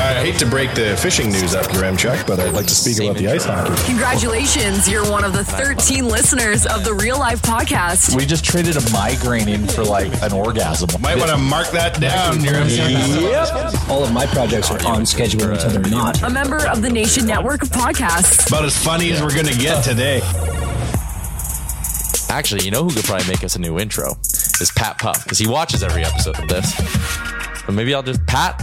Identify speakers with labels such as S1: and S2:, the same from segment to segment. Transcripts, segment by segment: S1: I hate to break the fishing news after Ramchek, but I'd like to speak about the ice hockey.
S2: Congratulations, you're one of the 13 listeners of the Real Life Podcast.
S3: We just traded a migraine in for like an orgasm.
S1: Might want to mark that down.
S4: Yep. All of my projects are on schedule until they're not.
S2: A member of the Nation Network of Podcasts.
S1: About as funny as we're going to get today.
S5: Actually, you know who could probably make us a new intro is Pat Puff because he watches every episode of this. But maybe I'll just Pat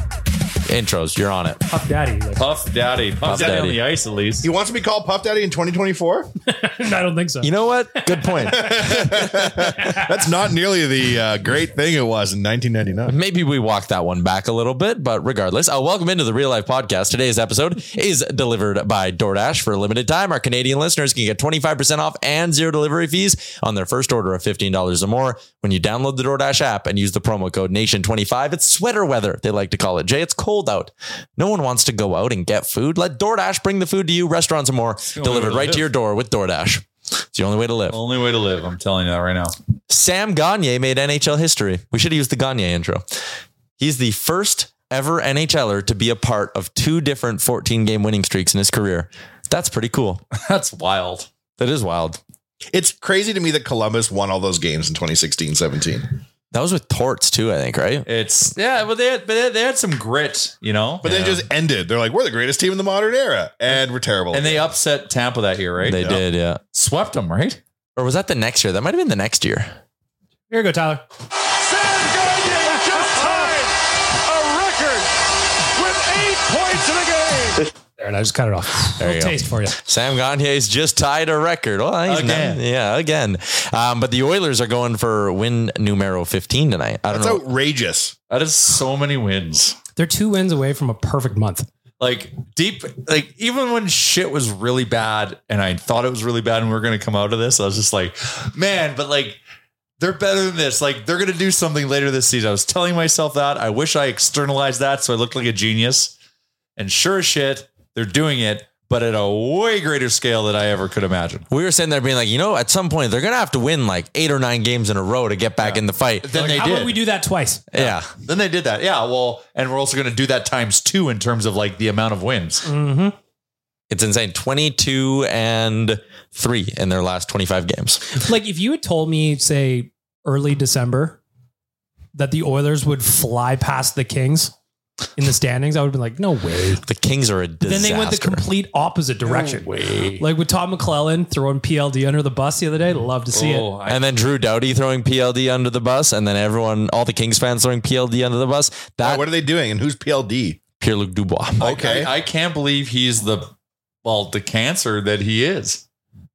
S5: intros. You're on it.
S6: Puff Daddy. Like,
S7: Puff Daddy. Puff,
S5: Puff
S7: Daddy,
S5: Daddy.
S7: on the ice, at least.
S1: He wants to be called Puff Daddy in 2024?
S6: I don't think so.
S5: You know what? Good point.
S1: That's not nearly the uh, great thing it was in 1999.
S5: Maybe we walk that one back a little bit, but regardless, uh, welcome into the Real Life Podcast. Today's episode is delivered by DoorDash for a limited time. Our Canadian listeners can get 25% off and zero delivery fees on their first order of $15 or more when you download the DoorDash app and use the promo code NATION25. It's sweater weather, they like to call it. Jay, it's cold out. No one wants to go out and get food. Let DoorDash bring the food to you, restaurants and more, delivered right to your door with DoorDash. It's the only way to live.
S7: Only way to live. I'm telling you that right now.
S5: Sam Gagne made NHL history. We should have used the Gagne intro. He's the first ever NHLer er to be a part of two different 14 game winning streaks in his career. That's pretty cool.
S7: That's wild.
S5: That is wild.
S1: It's crazy to me that Columbus won all those games in 2016 17.
S5: That was with Torts too, I think, right?
S7: It's yeah, but they had, but they- they had some grit, you know.
S1: But then it just ended. They're like, we're the greatest team in the modern era, and we're terrible.
S7: and they upset Tampa that year, right?
S5: They
S7: Yeah.
S5: did, yeah.
S7: swept them, right?
S5: Or was that the next year? That might have been the next year.
S6: Here you go, Tyler.
S8: Sam Gagne just tied a record with eight points in a game.
S6: There, and I just cut it off. There
S5: you go.
S6: taste for you.
S5: Sam Gagne's just tied a record. Well, he's
S7: Again.
S5: not- yeah, again. Um, but the Oilers are going for win numero 15 tonight. I don't
S1: That's
S5: know.
S1: outrageous.
S7: That is so many wins.
S6: They're two wins away from a perfect month.
S7: Like deep, like even when shit was really bad, and I thought it was really bad, and we were gonna come out of this, I was just like, man, but like. They're better than this. Like they're gonna do something later this season. I was telling myself that. I wish I externalized that so I looked like a genius. And sure as shit, they're doing it, but at a way greater scale than I ever could imagine.
S5: we were sitting there being like, you know, at some point they're going to have to win like eight or nine games in a row to get back in the fight.
S7: Then
S6: Like,
S7: they
S6: how
S7: did.
S6: about we do that twice?
S5: yeah.
S7: Then they did that. Yeah. Well, and we're also going to do that times two in terms of like the amount of wins.
S6: Mm-hmm.
S5: It's insane. 22 and three in their last 25 games.
S6: Like if you had told me, say, early December, that the Oilers would fly past the Kings, in the standings, I would have been like, no way.
S5: The Kings are a
S6: But
S5: disaster.
S6: Then they went the complete opposite direction. Like with Todd McClellan throwing PLD under the bus the other day. Love to see it.
S5: and then Drew Doughty throwing PLD under the bus, and then everyone, all the Kings fans throwing PLD under the bus. That
S1: what Oh. are they doing? And who's PLD?
S5: Pierre Luc Dubois.
S1: Okay.
S7: I, I can't believe he's the well, the cancer that he is.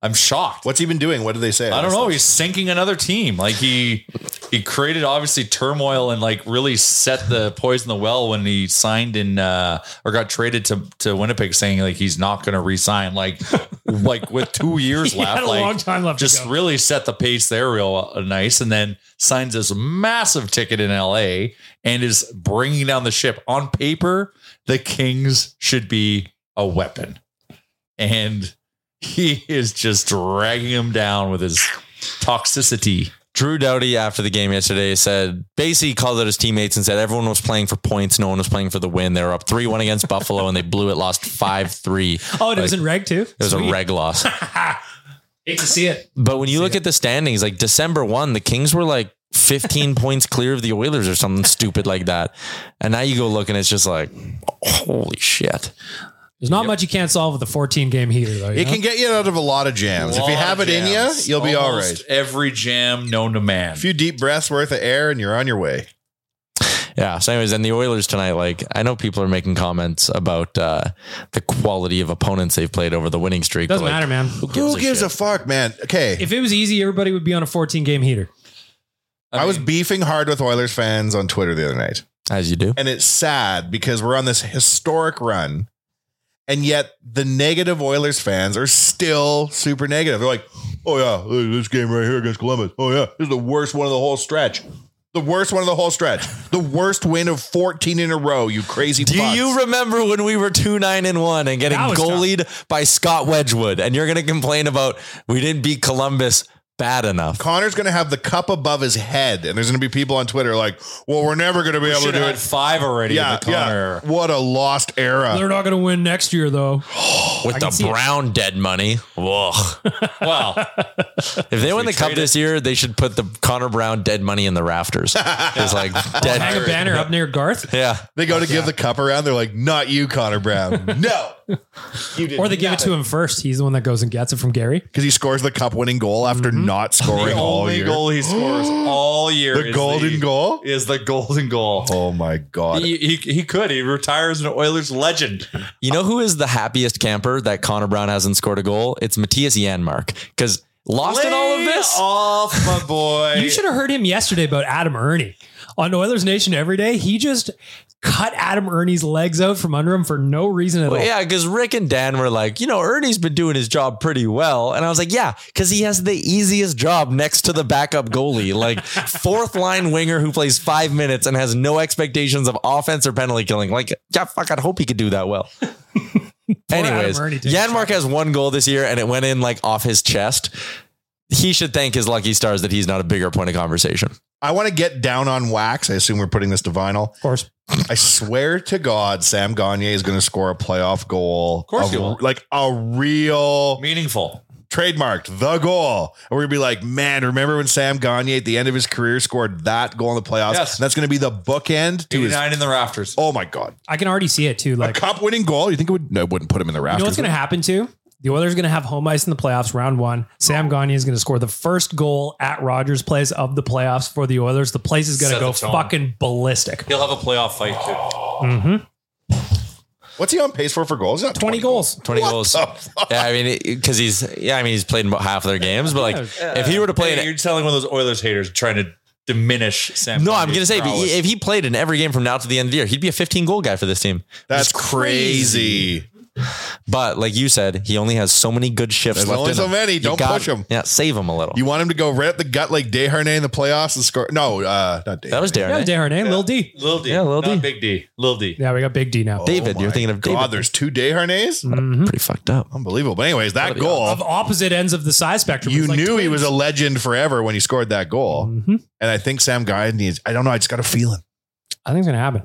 S7: I'm shocked.
S1: What's he been doing? What do they say?
S7: I don't know. He's sinking another team. Like he he created obviously turmoil and like really set the poison the well when he signed in uh or got traded to to Winnipeg saying like he's not gonna resign. Like like with two years
S6: He
S7: left.
S6: had a
S7: like,
S6: long time left to
S7: Just
S6: go.
S7: really set the pace there real uh, nice and then signs this massive ticket in LA and is bringing down the ship. On paper, the Kings should be a weapon. And he is just dragging him down with his toxicity.
S5: Drew Doughty after the game yesterday said basically called out his teammates and said everyone was playing for points, no one was playing for the win. They were up three one against Buffalo and they blew it, lost five three.
S6: Oh, it was in reg too?
S5: It was
S6: Sweet.
S5: a reg loss.
S6: Hate to see it.
S5: But when you look at the standings, like December one, the Kings were like 15 points clear of the Oilers or something stupid like that. And now you go look and it's just like, holy shit.
S6: There's not much you can't solve with a 14 game heater, though. you
S1: It
S6: know?
S1: can get you out of a lot of jams. if you
S7: Lot
S1: have it
S7: of
S1: in you,
S7: jams.
S1: you'll be all
S7: Almost
S1: right.
S7: Every jam known to man.
S1: A few deep breaths worth of air, and you're on your way.
S5: Yeah. So, anyways, and the Oilers tonight, like I know people are making comments about uh, the quality of opponents they've played over the winning streak.
S6: Doesn't
S5: but, like,
S6: matter, man.
S5: Who
S1: Who
S5: gives,
S1: gives a,
S5: a, shit?
S1: fuck, man? Okay,
S6: If it was easy, everybody would be on a 14 game heater.
S1: I, was beefing hard with Oilers fans on Twitter the other night,
S5: As you do.
S1: and it's sad because we're on this historic run, and yet the negative Oilers fans are still super negative. They're like, "Oh yeah, look at this game right here against Columbus. Oh yeah, this is the worst one of the whole stretch." The worst one of the whole stretch. The worst win of 14 in a row, you crazy
S5: Do
S1: fucks.
S5: you remember when we were two nine and one and getting
S6: That was tough.
S5: goalied by Scott Wedgwood? And you're going to complain about we didn't beat Columbus bad enough.
S1: Connor's going to have the cup above his head, and there's going to be people on Twitter like, "Well, we're never going to be able to
S7: Should
S1: do
S7: have had
S1: it."
S7: five already.
S1: Yeah,
S7: with
S1: yeah.
S7: Connor.
S1: What a lost era.
S5: Uh,
S6: They're not going to win next year, though.
S5: With
S6: can see
S5: the
S6: it.
S5: brown dead money. Whoa.
S7: Well,
S5: If they win the cup
S7: trade it-
S5: this year, they should put the Connor Brown dead money in the rafters. It's like
S6: Hang a
S5: dead.
S6: banner up near Garth,
S5: Yeah.
S1: They go to give the cup around. They're like, "Not you, Connor Brown. no, you did
S6: or they give it to him first. He's the one that goes and gets it from Gary.
S1: because he scores the cup-winning goal after not
S7: Mm-hmm. the
S1: scoring all
S7: only
S1: year.
S7: goal he scores all year.
S1: the
S7: is
S1: golden goal.
S7: is the golden goal.
S1: Oh my god!
S7: He, he, he could. He retires an Oilers legend.
S5: You know who is the happiest camper that Connor Brown hasn't scored a goal? It's Matthias Janmark because lost in all of
S7: Lay
S5: this.
S7: off my boy.
S6: You should have heard him yesterday about Adam Ernie on Oilers Nation every day. He just cut Adam Ernie's legs out from under him for no reason at
S5: Well,
S6: all.
S5: yeah, because Rick and Dan were like, you know, Ernie's been doing his job pretty well. And I was like, yeah, because he has the easiest job next to the backup goalie, like fourth line winger who plays five minutes and has no expectations of offense or penalty killing. Like, yeah, fuck, I'd hope he could do that well. Anyways,
S6: Adam Ernie taking a
S5: Yanmark has one goal this year and it went in like off his chest. He should thank his lucky stars that he's not a bigger point of conversation.
S1: I want to get down on wax. I assume we're putting this to vinyl.
S6: Of course.
S1: I swear to God, Sam Gagne is going to score a playoff goal. Of
S7: course he will.
S1: Like a real
S7: meaningful.
S1: trademarked the goal. And we're gonna be like, man, remember when Sam Gagne at the end of his career scored that goal in the playoffs?
S7: Yes.
S1: And that's gonna be the bookend to his.
S7: 89 in the rafters.
S1: Oh my god,
S6: I can already see it too. Like,
S1: a cup winning goal. You think it would? No, it wouldn't put him in the
S6: you
S1: rafters.
S6: know what's going to happen too? The Oilers are going to have home ice in the playoffs, round one. Sam Gagne is going to score the first goal at Rogers Place of the playoffs for the Oilers. The place is going to
S7: Set
S6: go
S7: the tone.
S6: fucking ballistic.
S7: He'll have a playoff fight too.
S1: What's he on pace for for goals? He's not
S6: 20 goals.
S5: 20
S1: What
S5: goals.
S1: the fuck?
S5: Yeah, I mean, because he's, yeah, I mean, he's played about half of their games, but like if he were to play in
S7: Hey, you're telling one of those Oilers haters trying to diminish Sam.
S5: No, I'm going to
S7: Gagne's
S5: say if he,
S7: prowess.
S5: if he played in every game from now to the end of the year, he'd be a 15 goal guy for this team.
S1: That's
S5: It's
S1: crazy.
S5: But like you said, he only has so many good shifts
S1: There's
S5: left.
S1: only
S5: in
S1: so
S5: him.
S1: many.
S5: You
S1: Don't
S5: got-
S1: push him.
S5: Yeah, save him a little.
S1: You want him to go right up the gut like Deharnay in the playoffs and score? No, uh, not Deharnay.
S5: that was
S6: Yeah,
S5: Darren.
S6: Darren, Lil D.
S7: Lil D.
S5: Yeah, Lil
S7: not
S5: D.
S7: Big D. Lil D.
S6: Yeah, we got Big D now. Mm-hmm.
S5: David,
S1: Oh
S5: you're
S1: my
S5: thinking of
S1: God,
S5: David.
S1: there's two Deharnays.
S5: Pretty fucked up.
S1: Unbelievable. But anyways, that
S5: the odds?
S1: goal.
S6: Of opposite ends of the size spectrum.
S1: You
S6: It's like
S1: knew he
S6: twins. Mm-hmm.
S1: was a legend forever when he scored that goal. And I think Sam Guy needs, I don't know. I just got a feeling.
S6: I think it's going to happen.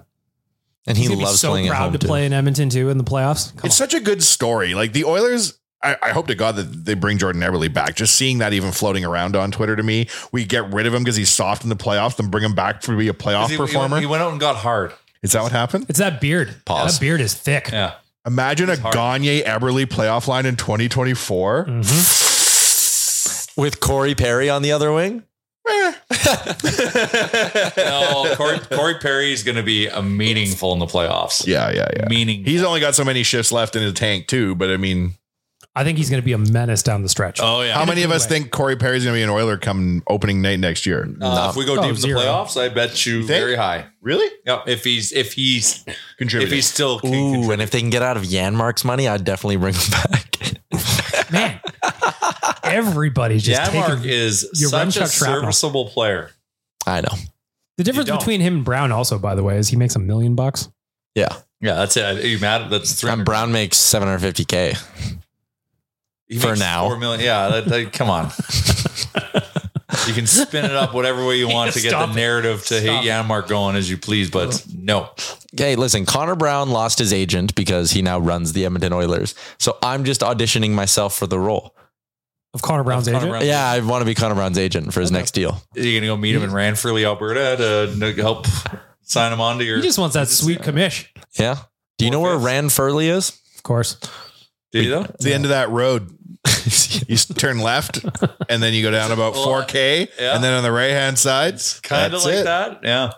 S5: And he
S6: He's gonna be
S5: loves
S6: so
S5: playing at
S6: proud
S5: home
S6: to
S5: too.
S6: play in Edmonton too in the playoffs. Come
S1: it's such a good story. Like the Oilers, I, I hope to God that they bring Jordan Everly back. Just seeing that even floating around on Twitter to me, we get rid of him because he's soft in the playoffs, then bring him back to be a playoff
S7: He- he went-
S1: performer.
S7: He went out and got hard.
S1: Is that what happened?
S6: It's that beard.
S1: Pause.
S6: That beard is thick.
S7: Yeah.
S1: Imagine a Gagne Eberly playoff line in 2024.
S5: With Corey Perry on the other wing?
S7: no, Corey, Corey Perry is going to be a meaningful in the playoffs.
S1: Yeah, yeah, yeah.
S7: Meaning
S1: he's only got so many shifts left in his tank, too. But I mean,
S6: I think he's going to be a menace down the stretch.
S7: Oh yeah.
S1: how many of us think Corey Perry's going to be an Oiler come opening night next year?
S7: Uh, if we go
S6: Oh,
S7: deep in the
S6: zero.
S7: playoffs, I bet you,
S1: think?
S7: very high.
S1: Really?
S7: Yep. If he's if he's
S1: Contributing.
S7: if he's still
S5: Ooh, and if they can get out of Yanmark's money, I'd definitely bring him back.
S6: Man, everybody's just
S7: Janmark
S6: taking
S7: is
S6: your
S7: such a
S6: Remchuk shrapnel.
S7: serviceable player.
S5: I know.
S6: The difference
S7: You don't.
S6: between him and Brown, also, by the way, is he makes a million bucks.
S5: Yeah.
S7: Yeah, that's it. Are you mad? That's three.
S5: And Brown makes 750K. for now.
S7: four million. Yeah, that, that- come on. you can spin it up whatever way you want to get the
S6: Stop it.
S7: narrative to
S6: Stop
S7: hate Yanmark going as you please, but no.
S5: Hey, listen, Connor Brown lost his agent because he now runs the Edmonton Oilers. So I'm just auditioning myself for the role.
S6: Of Connor Brown's
S7: Connor
S6: agent.
S7: Brown.
S5: Yeah, I want to be Connor Brown's agent for his next deal.
S7: You're gonna go meet him in Ranfurly, Alberta, to n- help sign him on to your.
S6: He just wants that sweet commish,
S5: Yeah. Do you know where
S7: Four-fifths.
S5: Rand Furley is?
S6: of course.
S7: Do you though?
S1: It's the end of that road. you s- turn left, and then you go down about 4K,
S7: Yeah.
S1: and then on the right hand side,
S7: Kind of
S1: that's
S7: like
S1: it.
S7: that. Yeah.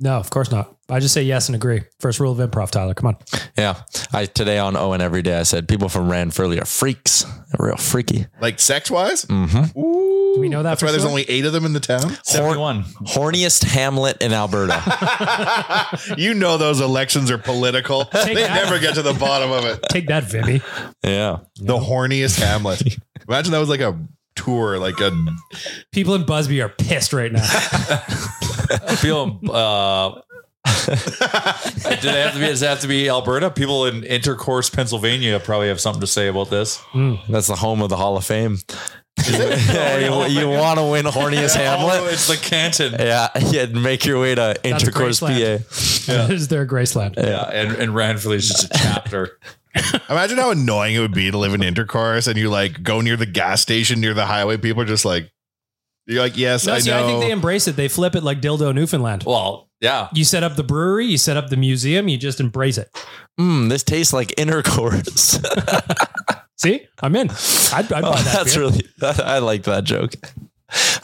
S6: No, of course not. I just say yes and agree. First rule of improv, Tyler. Come on.
S5: Yeah. I today on Owen every day I said people from Rand Furley are freaks. They're real freaky.
S1: Like sex wise,
S6: Do we know that?
S1: that's why
S6: for
S1: there's
S6: sure?
S1: only eight of them in the town.
S7: Seventy-one.
S5: Horniest Hamlet in Alberta.
S1: You know those elections are political. they
S6: that.
S1: never get to the bottom of it.
S6: Take that, Vimy.
S5: yeah.
S1: The horniest Hamlet. Imagine that was like a tour, like a
S6: People in Busby are pissed right now.
S7: I feel. Uh, do they have to be? Does it have to be Alberta? People in Intercourse, Pennsylvania, probably have something to say about this.
S5: That's the home of the Hall of Fame. Yeah, you want to win Horniest
S7: Oh,
S5: Hamlet?
S7: it's the Canton.
S5: Yeah, yeah. Make your way to Intercourse, PA.
S6: Graceland. That is their Graceland.
S7: Yeah, and and Ranfurly is just a chapter.
S1: Imagine how annoying it would be to live in intercourse and you like go near the gas station near the highway. People are just like, you're like, yes,
S6: No,
S1: I
S6: see,
S1: know.
S6: I think they embrace it. They flip it like dildo Newfoundland.
S7: well, yeah.
S6: You set up the brewery, you set up the museum, you just embrace it.
S5: Mm, this tastes like intercourse.
S6: See, I'm in. I'd, I'd buy that.
S5: Oh, That's
S6: beer.
S5: really. that- I like that joke.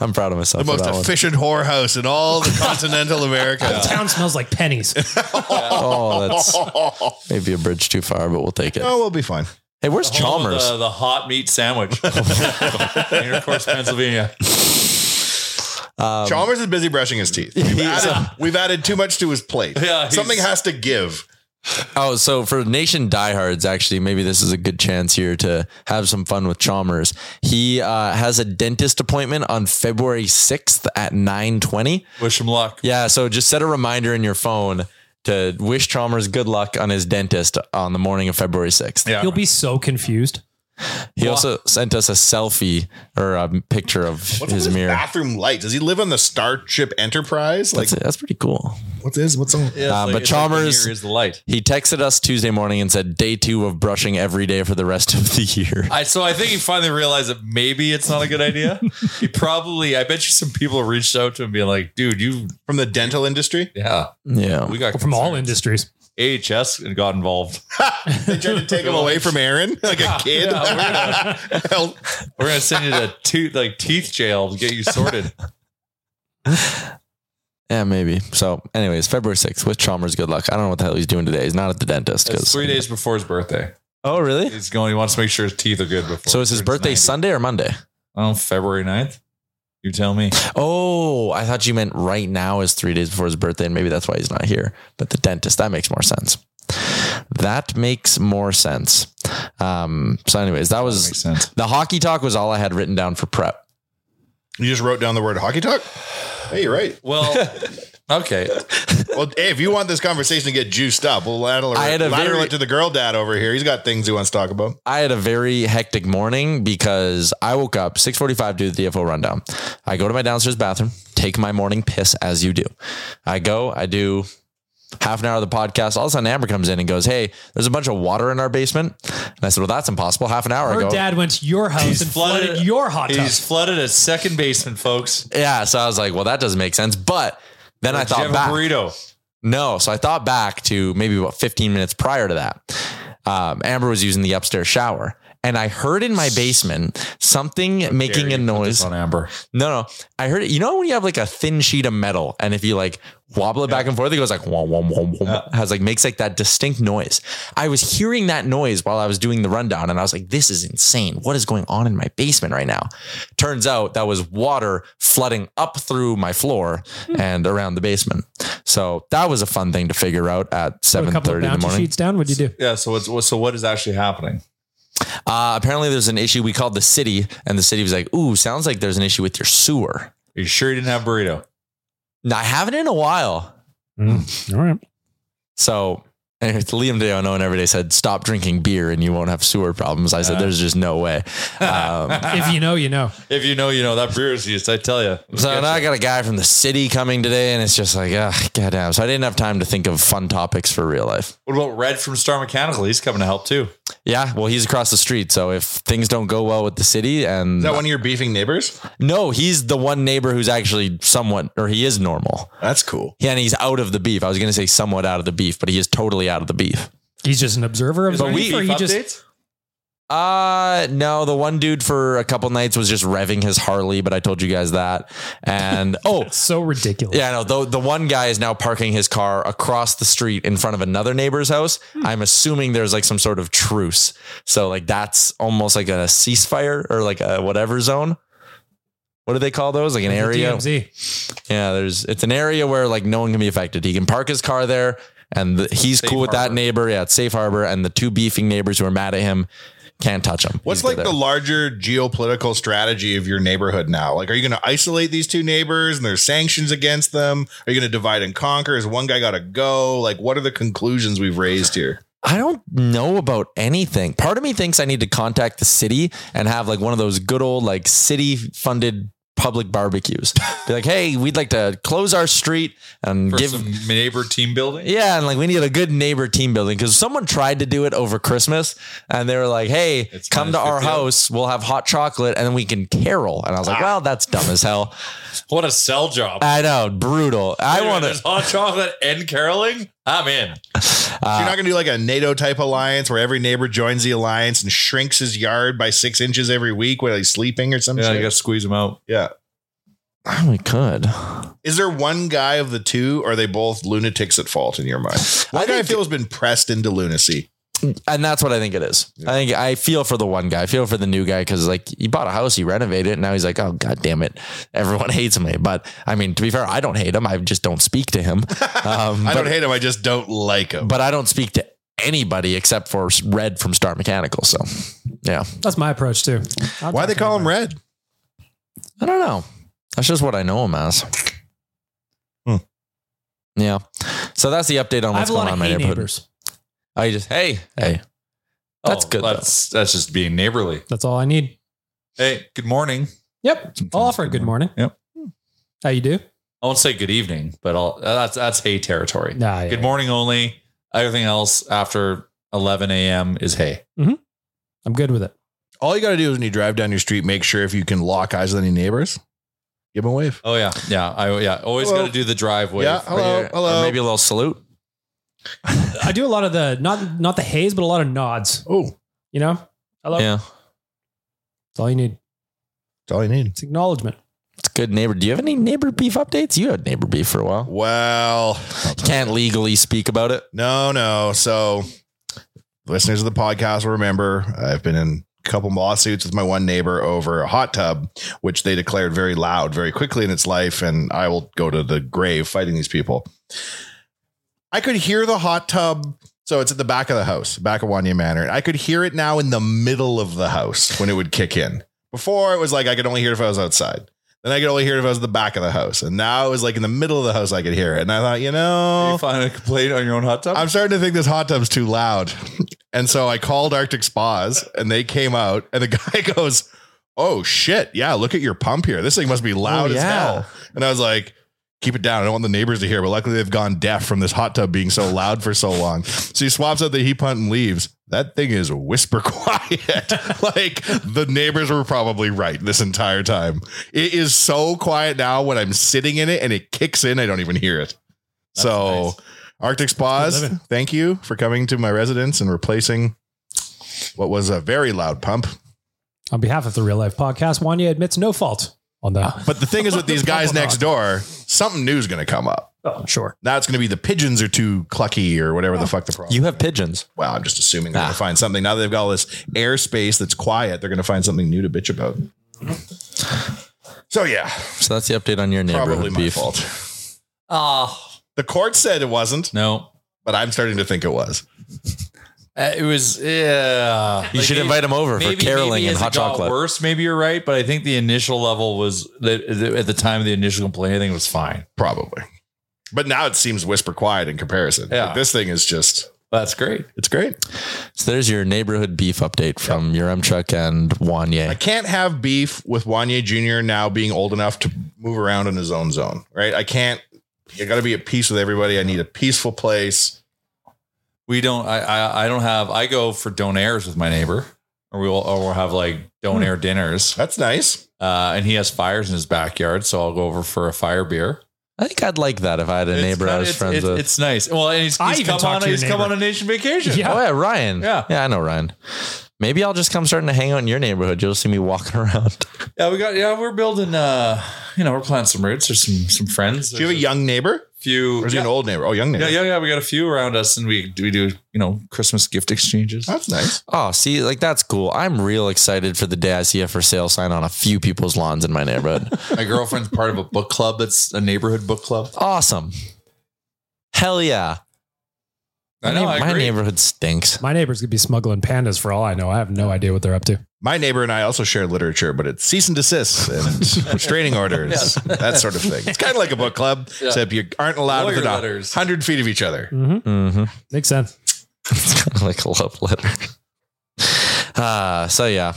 S5: I'm proud of
S1: the
S5: myself. for
S1: most
S5: that one.
S1: efficient whorehouse in all the continental America.
S6: Town smells like pennies.
S5: Oh, that's
S1: oh,
S5: maybe a bridge too far, but we'll take it.
S1: we'll be fine.
S5: Hey, where's Chalmers?
S7: The, the hot meat sandwich. Intercourse, Pennsylvania.
S5: Um,
S1: Chalmers is busy brushing his teeth. We've,
S5: He's-
S1: added, we've added too much to his plate.
S7: Yeah, he's-
S1: Something has to give.
S5: Oh, so for Nation Diehards, actually, maybe this is a good chance here to have some fun with Chalmers. He uh, has a dentist appointment on February 6th at 920.
S7: Wish him luck.
S5: Yeah, so just set a reminder in your phone to wish Chalmers good luck on his dentist on the morning of February 6th.
S7: Yeah.
S6: You'll be so confused.
S5: He also sent us a selfie or a picture of
S1: What's
S5: his
S1: his
S5: mirror.
S1: bathroom light? Does he live on the Starship Enterprise? Like,
S5: That's, that's pretty cool.
S1: what is? What's on?
S7: Yeah, it's
S5: Uh, but
S7: it's the
S5: Chalmers-
S7: mirror is the light.
S5: He texted us Tuesday morning and said, day two of brushing every day for the rest of the year.
S7: I so I think he finally realized that maybe it's not a good idea. he probably, I bet you, some people reached out to him being like, "Dude, you,
S1: From the dental industry?
S7: yeah,
S5: Yeah.
S7: we got
S6: From all
S7: concerns."
S6: industries.
S7: AHS and got involved.
S1: They tried to take him away from Aaron like a kid. Hell,
S7: We're gonna send you to tooth like teeth jail to get you sorted."
S5: Yeah, maybe. So, anyways, February 6th with Chalmers. Good luck. I don't know what the hell he's doing today. He's not at the dentist.
S7: It's
S5: 'cause-
S7: three days before his birthday.
S5: Oh, really?
S7: He's going. He wants to make sure his teeth are good before.
S5: So, is his
S7: turns
S5: birthday
S7: 90.
S5: Sunday or Monday?
S7: Oh, February 9th? You tell me.
S5: Oh, I thought you meant right now is three days before his birthday, and maybe that's why he's not here. But the dentist, that makes more sense. That makes more sense. Um, so, anyways, that
S7: Makes
S5: was
S7: sense.
S5: the hockey talk was all I had written down for prep.
S1: You just wrote down the word hockey talk? Hey, you're right.
S7: Well, okay.
S1: Well, hey, if you want this conversation to get juiced up, we'll lateral,
S5: I had a
S1: lateral
S5: very-
S1: it to the girl dad over here. He's got things he wants to talk about.
S5: I had a very hectic morning because I woke up 6:45 to do the DFO rundown. I go to my downstairs bathroom, take my morning piss as you do. I go, I do half an hour of the podcast. All of a sudden, Amber comes in and goes, "Hey, there's a bunch of water in our basement." And I said, "Well, that's impossible." Half an hour
S6: Her
S5: ago,
S6: dad went to your house and flooded, your hot tub.
S7: He's flooded a second basement, folks.
S5: yeah. So I was like, "Well, that doesn't make sense." But then I
S7: Did you
S5: thought
S7: have
S5: back.
S7: a burrito?
S5: No. So I thought back to maybe about 15 minutes prior to that. Um, Amber was using the upstairs shower. And I heard in my basement something making a noise. On
S7: Amber.
S5: No, no. I heard it. You know when you have like a thin sheet of metal and if you like wobble it back and forth, it goes like wom, wom, wom, wom, has like makes like that distinct noise. I was hearing that noise while I was doing the rundown and I was like, this is insane. What is going on in my basement right now? Turns out that was water flooding up through my floor
S6: Hmm.
S5: and around the basement. So that was a fun thing to figure out at
S6: Put a
S5: seven
S6: couple of
S5: thirty in the
S6: bouncy
S5: morning.
S6: sheets down. What'd you do?
S7: Yeah. So what's what- so what is actually happening?
S5: Uh, apparently, there's an issue. We called the city, and the city was like, "Ooh, sounds like there's an issue with your sewer."
S7: Are you sure you didn't have burrito?
S5: No, I haven't in a while.
S6: all right.
S5: So, and it's Liam De Ono and every day said, "Stop drinking beer, and you won't have sewer problems." I said,
S7: Uh.
S5: "There's just no way." Um,
S6: If you know, you know.
S7: If you know, you know that beer is used. I tell you.
S5: So now I got a guy from the city coming today, and it's just like, ah, goddamn. So I didn't have time to think of fun topics for real life.
S7: What about Red from Star Mechanical? He's coming to help too.
S5: Yeah, well, he's across the street, so if things don't go well with the city, and
S1: Is that one of your beefing neighbors?
S5: no, he's the one neighbor who's actually somewhat, or he is normal.
S1: That's cool.
S5: Yeah, and he's out of the beef. I was going to say somewhat out of the beef, but he is totally out of the beef.
S6: He's just an observer of
S7: Is
S6: the
S7: there any
S6: week, or he
S7: beef
S6: just
S7: updates?
S5: Uh no, the one dude for a couple nights was just revving his Harley, but I told you guys that. And oh,
S6: so ridiculous.
S5: yeah, no, the the one guy is now parking his car across the street in front of another neighbor's house.
S7: Hmm.
S5: I'm assuming there's like some sort of truce. So like that's almost like a ceasefire or like a whatever zone. What do they call those? Like an area?
S6: DMZ.
S5: Yeah, there's it's an area where like no one can be affected. He can park his car there, and the, he's
S7: Safe
S5: cool with that
S7: harbor.
S5: neighbor. Yeah, it's safe harbor, and the two beefing neighbors who are mad at him can't touch him.
S1: What's
S5: He's good
S1: like the
S5: there.
S1: larger geopolitical strategy of your neighborhood now? Like, are you going to isolate these two neighbors and there's sanctions against them? Are you going to divide and conquer? Is one guy got to go? Like, what are the conclusions we've raised here?
S5: I don't know about anything. Part of me thinks I need to contact the city and have like one of those good old like city funded public barbecues. Be like, hey, we'd like to close our street and
S7: For
S5: give
S7: some neighbor team building.
S5: Yeah, and like we need a good neighbor team building because someone tried to do it over Christmas and they were like, hey,
S7: It's
S5: come to
S7: minus
S5: our
S7: 50.
S5: house. We'll have hot chocolate and then we can carol. And I was like, well, that's dumb as hell.
S7: What a sell job.
S5: I know, brutal. I
S7: Wait a
S5: want
S7: minute,
S5: to.
S7: there's hot chocolate and caroling. I'm in.
S1: So you're not going to do like a NATO type alliance where every neighbor joins the alliance and shrinks his yard by six inches every week while he's sleeping or some
S7: Yeah,
S1: shit.
S7: you got to squeeze them out.
S1: Yeah.
S5: Oh, we could.
S1: Is there one guy of the two? Or are they both lunatics at fault in your mind? One guy I
S5: think-
S1: feel has been pressed into lunacy.
S5: And that's what I think it is. I think I feel for the one guy. I feel for the new guy because like he bought a house, he renovated it, and now he's like, oh god damn it, everyone hates me. But I mean, to be fair, I don't hate him. I just don't speak to him. Um,
S1: I
S5: but-
S1: don't hate him. I just don't like him.
S5: but I don't speak to anybody except for Red from Star Mechanical. So, yeah,
S6: That's my approach too. I'll
S1: Why
S6: talk
S1: they
S6: to
S1: call
S6: him.
S1: him red?
S5: I don't know. That's just what I know him as.
S1: Hmm.
S5: Yeah. So that's the update on
S6: I have
S5: what's
S6: a lot of
S5: going on in my
S6: hey
S5: neighborhood.
S6: neighbors.
S5: I just hey hey. That's
S7: Oh,
S5: good. though.
S7: That's that's just being neighborly.
S6: That's all I need.
S7: Hey, good morning.
S6: Yep. I'll offer a good morning.
S7: Yep.
S6: How you do?
S7: I won't say good evening, but I'll, that's that's hay territory.
S6: Nah, yeah,
S7: good morning only. Everything else after 11 a.m. is hay.
S6: I'm good with it.
S1: All you got to do is when you drive down your street, make sure if you can lock eyes with any neighbors, give them a wave.
S7: Oh yeah, yeah, I yeah. Always
S1: Hello.
S7: got to do the driveway.
S1: Yeah, hello,
S5: Or
S1: hello.
S5: maybe a little salute.
S6: I do a lot of the not not the haze, but a lot of nods.
S1: oh, that's
S6: You know, hello.
S5: Yeah,
S6: That's all you need.
S1: all you need.
S6: It's acknowledgement.
S5: it's good neighbor. Do you have any neighbor beef updates? You had neighbor beef for a while.
S1: Well,
S5: Can't legally speak about it.
S1: no, no. So, listeners of the podcast will remember I've been in a couple lawsuits with my one neighbor over a hot tub, which they declared very loud, very quickly in its life, and I will go to the grave fighting these people. I could hear the hot tub. So it's at the back of the house, back of Wanya Manor. And I could hear it now in the middle of the house when it would kick in. Before it was like I could only hear it if I was outside. Then I could only hear it if I was at the back of the house. And now it was like in the middle of the house I could hear it. And I thought, you know,
S7: You find a complaint on your own hot tub.
S1: I'm starting to think this hot tub's too loud. And so I called Arctic Spas and they came out and the guy goes, Oh shit. Yeah, look at your pump here. This thing must be loud
S5: Oh,
S1: as
S5: yeah.
S1: hell. And I was like, Keep it down. I don't want the neighbors to hear, but luckily they've gone deaf from this hot tub being so loud for so long. So he swaps out the heat punt and leaves. That thing is whisper quiet. like the neighbors were probably right this entire time. It is so quiet now when I'm sitting in it and it kicks in, I don't even hear it.
S7: That's
S1: so
S7: nice.
S1: Arctic Spas, thank you for coming to my residence and replacing what was a very loud pump.
S6: On behalf of the Real Life Podcast, Wanya admits no fault on that.
S1: But the thing is, with these guys next door, something new is going to come up.
S6: Oh, sure.
S1: Now it's going to be the pigeons are too clucky or whatever the fuck the problem.
S5: You have pigeons.
S1: Wow, I'm just assuming they're
S5: Ah.
S1: going to find something. Now that they've got all this airspace that's quiet, they're going to find something new to bitch about. So yeah,
S5: So that's the update on your neighborhood
S1: probably my
S5: beef.
S1: fault.
S7: Oh,
S1: The court said it wasn't,
S7: no.
S1: but I'm starting to think it was.
S7: Uh, it was, yeah.
S5: You should invite him over for caroling and
S7: as
S5: hot
S7: it got
S5: chocolate.
S7: Worse, maybe you're right, but I think the initial level was that that at the time of the initial complaint, I think it was fine.
S1: Probably. But now it seems whisper quiet in comparison.
S7: Yeah.
S1: Like, this thing is just,
S7: That's great.
S1: it's great.
S5: So there's your neighborhood beef update from your Chuck and
S1: I
S5: Wanye.
S1: can't have beef with Wanye Jr. now being old enough to move around in his own zone, right? I can't, you got to be at peace with everybody. I need a peaceful place.
S7: We don't. I, I. I don't have. I go for donairs with my neighbor, or we will. Or we'll have like donair dinners.
S1: That's nice.
S7: Uh, and he has fires in his backyard, so I'll go over for a fire beer.
S5: I think I'd like that if I had a
S7: It's
S5: neighbor I
S7: kinda-
S5: was
S7: it's,
S5: friends
S7: it's,
S5: with.
S7: It's nice. Well, and he's,
S6: I
S7: he's
S6: even
S7: come
S6: talk
S7: on.
S6: to your
S7: He's come on
S6: neighbor.
S7: a nation vacation.
S6: Yeah.
S5: Oh yeah, Ryan.
S7: Yeah.
S5: yeah, I know Ryan. Maybe I'll just come starting to hang out in your neighborhood. You'll see me walking around.
S7: Yeah, we got. Yeah, we're building. uh You know, we're planting some roots. There's some some friends.
S1: Do you have a
S7: There's
S1: young neighbor?
S7: few?
S1: Or is he
S7: yeah.
S1: an old neighbor? Oh, young neighbor.
S7: yeah, yeah, yeah. We got a few around us, and we we do you know Christmas gift exchanges.
S1: That's nice.
S5: Oh, see, like that's cool. I'm real excited for the day I see a for sale sign on a few people's lawns in my neighborhood.
S7: My girlfriend's part of a book club. That's a neighborhood book club.
S5: awesome. Hell yeah.
S7: I
S5: my
S7: know.
S5: neigh-
S7: I
S5: my
S7: agree.
S5: neighborhood stinks.
S6: My neighbors could be smuggling pandas for all I know. I have no idea what they're up to.
S1: My neighbor and I also share literature, but it's cease and desist and restraining orders, that sort of thing. It's kind of like a book club,
S7: Yeah.
S1: except you aren't allowed
S7: Lawyer
S1: within a
S7: letters.
S1: 100 feet of each other.
S6: Mm-hmm.
S5: Mm-hmm.
S6: Makes sense.
S5: It's kind of like a love letter. Uh, so yeah,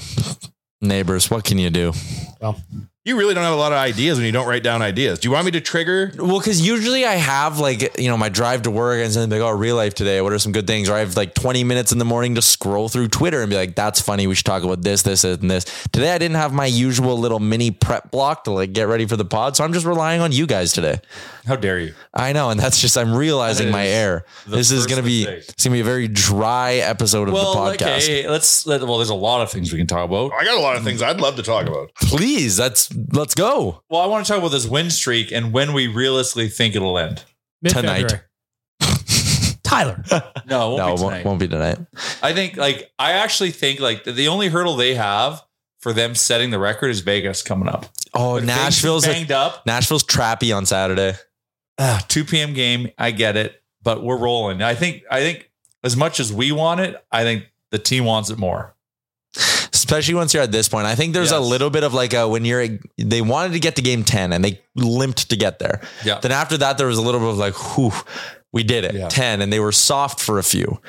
S5: neighbors, what can you do?
S6: Well,
S1: You really don't have a lot of ideas when you don't write down ideas. Do you want me to trigger?
S5: Well, because usually I have like you know my drive to work and something like oh real life today. What are some good things? Or I have like twenty minutes in the morning to scroll through Twitter and be like, that's funny. We should talk about this, this, and this. Today I didn't have my usual little mini prep block to like get ready for the pod, so I'm just relying on you guys today.
S7: How dare you?
S5: I know, and that's just I'm realizing
S7: That
S5: my
S7: is
S5: error.
S7: the
S5: This is
S7: first
S5: gonna be
S7: mistake.
S5: it's gonna be a very dry episode of
S7: Well,
S5: the podcast.
S7: okay. Let's. Let, well, there's a lot of things we can talk about.
S1: I got a lot of things I'd love to talk about.
S5: Please, that's let's go.
S7: Well, I want to talk about this win streak and when we realistically think it'll end.
S5: Tonight.
S6: mid-February. Tyler.
S7: No, it won't
S5: no,
S7: be
S5: it
S7: tonight.
S5: won't, won't be tonight.
S7: I think like I actually think like the- the only hurdle they have for them setting the record is Vegas coming up.
S5: Oh,
S7: But if Vegas is
S5: Nashville's a-
S7: banged up.
S5: Nashville's trappy on Saturday.
S7: Ah, 2 p.m. game. I get it, but we're rolling. I think I think as much as we want it, I think the team wants it more.
S5: especially once you're at this point. I think there's a
S7: Yes.
S5: little bit of like a when you're they wanted to get to game 10 and they limped to get there.
S7: Yeah.
S5: Then after that there was a little bit of like whew, we did it.
S7: Yeah.
S5: 10 and they were soft for a few.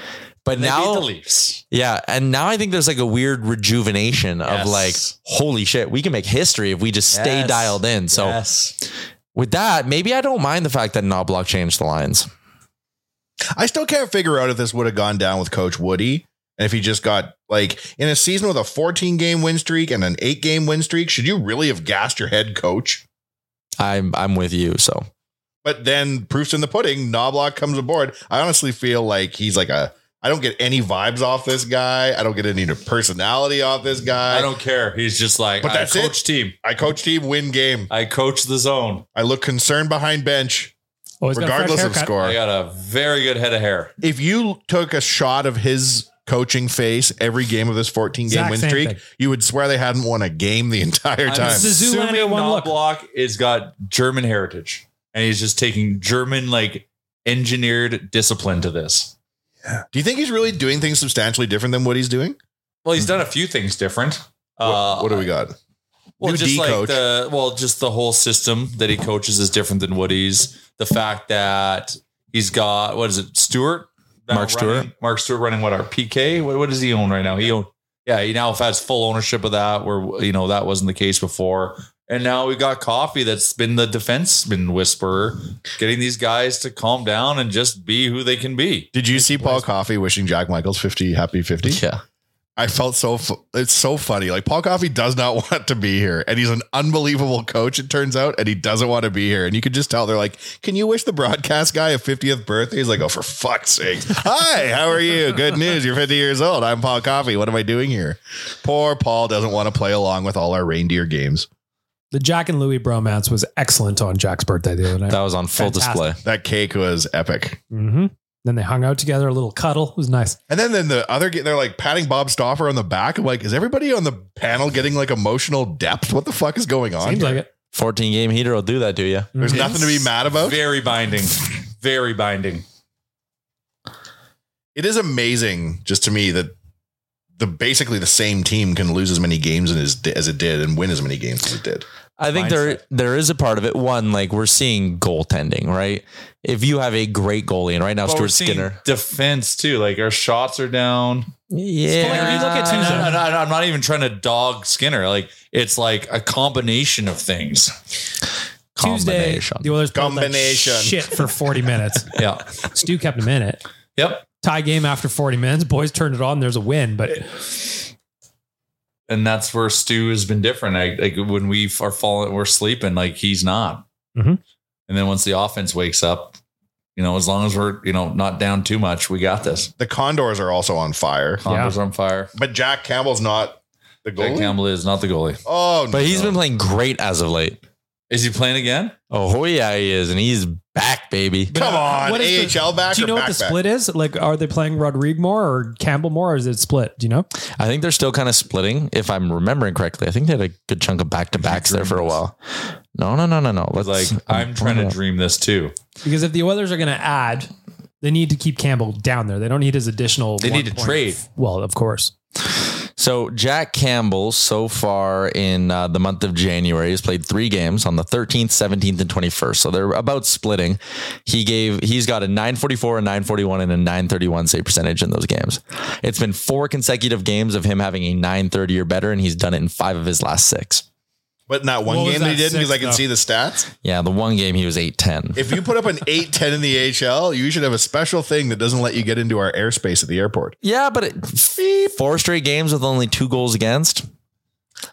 S5: But
S7: And they beat the
S5: now
S7: Leafs.
S5: yeah, and now I think there's like a weird rejuvenation of
S7: Yes.
S5: like holy shit, we can make history if we just stay
S7: Yes.
S5: dialed in. So
S7: yes.
S5: with that, maybe I don't mind the fact that Knobloch changed the lines.
S1: I still can't figure out if this would have gone down with Coach Woody and if he just got like in a season with a 14 game win streak and an eight game win streak. Should you really have gassed your head coach?
S5: I'm I'm with you, so
S1: But then proofs in the pudding, Knobloch comes aboard. I honestly feel like he's like a. I don't get any vibes off this guy. I don't get any personality off this guy.
S7: I don't care. He's just like
S1: But
S7: I
S1: that's
S7: coach team.
S1: I coach team win game.
S7: I coach the zone.
S1: I look concerned behind bench,
S6: Always got a fresh
S1: regardless of
S6: haircut.
S1: score.
S7: I got a very good head of hair.
S1: If you took a shot of his coaching face every game of this 14 game
S6: Exact
S1: win
S6: same
S1: streak,
S6: thing.
S1: you would swear they hadn't won a game the entire
S7: I'm
S1: time.
S6: Zoolander
S7: assuming
S6: one look.
S7: Knobloch has got German heritage, and he's just taking German like engineered discipline to this.
S1: Do you think he's really doing things substantially different than what he's doing?
S7: Well, he's done a few things different.
S1: What, what do we got?
S7: Uh, Well,
S1: New
S7: just
S1: D
S7: like
S1: coach.
S7: the well, just the whole system that he coaches is different than Woody's. The fact that he's got what is it, Stewart, Now
S5: Mark
S7: running-
S5: Stewart.
S7: Mark Stewart running what our PK. What, what does he own right now? He own yeah. He now has full ownership of that, where you know that wasn't the case before. And now we've got Coffee that's been the defenseman whisperer, getting these guys to calm down and just be who they can be.
S1: Did you see Paul Coffey wishing Jack Michaels 50 happy 50?
S5: yeah.
S1: I felt so f- it's so funny. Like Paul Coffey does not want to be here, and he's an unbelievable coach. It turns out, and he doesn't want to be here. And you could just tell they're like, "Can you wish the broadcast guy a 50th birthday?" He's like, "Oh, for fuck's sake! Hi, how are you? Good news. You're 50 years old. I'm Paul Coffey. What am I doing here?" Poor Paul doesn't want to play along with all our reindeer games.
S6: The Jack and Louie bromance was excellent on Jack's birthday the other night.
S5: That was on full display.
S1: That cake was epic.
S6: Mm-hmm. Then they hung out together, a little cuddle. It was nice.
S1: And then, then the other, they're like patting Bob Stoffer on the back. I'm like, is everybody on the panel getting like emotional depth? What the fuck is going on?
S6: Seems
S1: here?
S6: like it.
S5: 14 game heater will do that to you.
S1: There's
S7: It's
S1: nothing to be mad about.
S7: Very binding. Very binding.
S1: It is amazing just to me that the basically the same team can lose as many games as, as it did and win as many games as it did.
S5: I think there there is a part of it. One, like we're seeing goaltending, right? If you have a great goalie, and right now
S7: But we're
S5: Stuart
S7: seeing
S5: Skinner,
S7: Defense too. Like our shots are down.
S5: yeah,
S7: Like, if you look at Tuesday- no, no, no, I'm not even trying to dog Skinner. Like it's like a combination of things.
S6: Tuesday, the Oilers played like
S1: Combination.
S6: shit for 40 minutes.
S7: Yeah.
S6: Stu kept him in it.
S7: Yep.
S6: Tie game after 40 minutes. Boys turned it on. There's a win, but
S7: And that's where Stu has been different. I, like when we are falling, we're sleeping. Like he's not.
S6: Mhm.
S7: And then once the offense wakes up, you know, as long as we're you know not down too much, we got this.
S1: The Condors are also on fire,
S7: Condors on fire.
S1: but Jack Campbell's not the goalie.
S7: Jack Campbell is not the goalie.
S1: Oh,
S5: but he's
S1: no.
S5: been playing great as of late.
S7: Is he playing again?
S5: Oh yeah, he is, and he's back, baby.
S1: come on
S6: What is the-
S1: AHL back.
S6: do you know
S1: or
S6: what
S1: back
S6: the
S1: back?
S6: split is? Like, are they playing Rodrigue more or Campbell more, or is it split? Do you know?
S5: I think they're still kind of splitting, if I'm remembering correctly. I think they had a good chunk of back to backs there for a while. No, no, no, no, no. Let's,
S7: Like I'm trying to dream this too.
S6: Because if the Oilers are going to add, they need to keep Campbell down there. They don't need his additional.
S7: They need
S6: one
S7: to
S6: point.
S7: trade.
S6: Well, of course.
S5: So Jack Campbell, so far in uh, the month of January, has played three games on the 13th, 17th, and 21st. So they're about splitting. He gave he's got a 944, a 941, and a 931 save percentage in those games. It's been four consecutive games of him having a 930 or better, and he's done it in five of his last six.
S1: But not one
S6: What was
S1: game that he
S6: that
S1: did because
S6: six,
S1: I can
S6: though?
S1: see the stats.
S5: Yeah, the one game he was 810.
S1: If you put up an 810 in the AHL, you should have a special thing that doesn't let you get into our airspace at the airport.
S5: Yeah, but it, four straight games with only two goals against.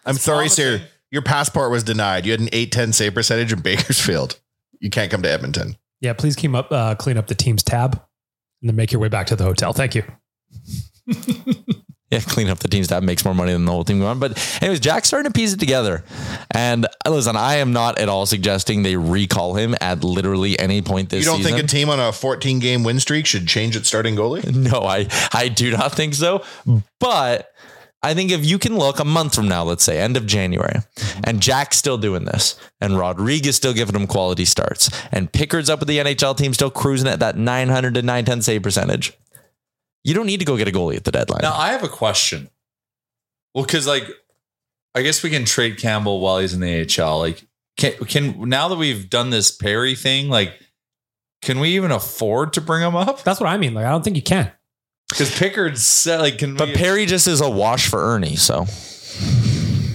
S1: I'm sorry, sir. Your passport was denied. You had an 810 save percentage in Bakersfield. You can't come to Edmonton.
S6: Yeah, please keep up, uh, clean up the team's tab, and then make your way back to the hotel. Thank you.
S5: Yeah, clean up the team staff makes more money than the whole team going. But anyways, Jack's starting to piece it together. And uh, listen, I am not at all suggesting they recall him at literally any point this
S1: you don't
S5: season.
S1: think a team on a 14 game win streak should change its starting goalie?
S5: no, I I do not think so. But I think if you can look a month from now, let's say end of January, and Jack's still doing this, and Rodriguez still giving him quality starts, and Pickard's up with the NHL team still cruising at that 900 to 910 save percentage. You don't need to go get a goalie at the deadline.
S7: Now I have a question. Well, because like, I guess we can trade Campbell while he's in the AHL. Like, can can now that we've done this Perry thing, like, can we even afford to bring him up?
S6: That's what I mean. Like, I don't think you can.
S7: Because Pickard's said, like, can
S5: but
S7: we?
S5: Perry just is a wash for Ernie, so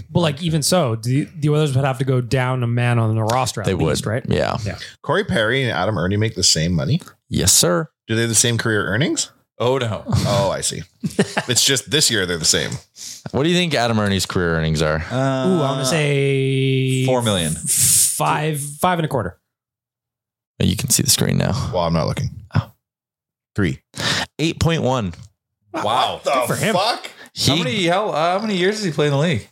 S6: But like, even so, the, the Oilers would have to go down a man on the roster. At
S5: they
S6: least,
S5: would,
S6: right?
S5: Yeah.
S1: Corey Perry and Adam Ernie make the same money.
S5: Yes, sir.
S1: Do they have the same career earnings?
S7: oh no,
S1: Oh, I see. it's just this year they're the same.
S5: What do you think Adam Ernie's career earnings are?
S7: uh,
S6: Ooh, I'm gonna say
S7: four million.
S6: five, five and a quarter.
S5: You can see the screen now.
S1: Well, I'm not looking.
S5: Oh.
S1: Three.
S5: 8.1.
S7: Wow.
S1: The
S6: for him.
S1: fuck?
S7: How
S5: He,
S7: many how, uh, how many years does he play in the league?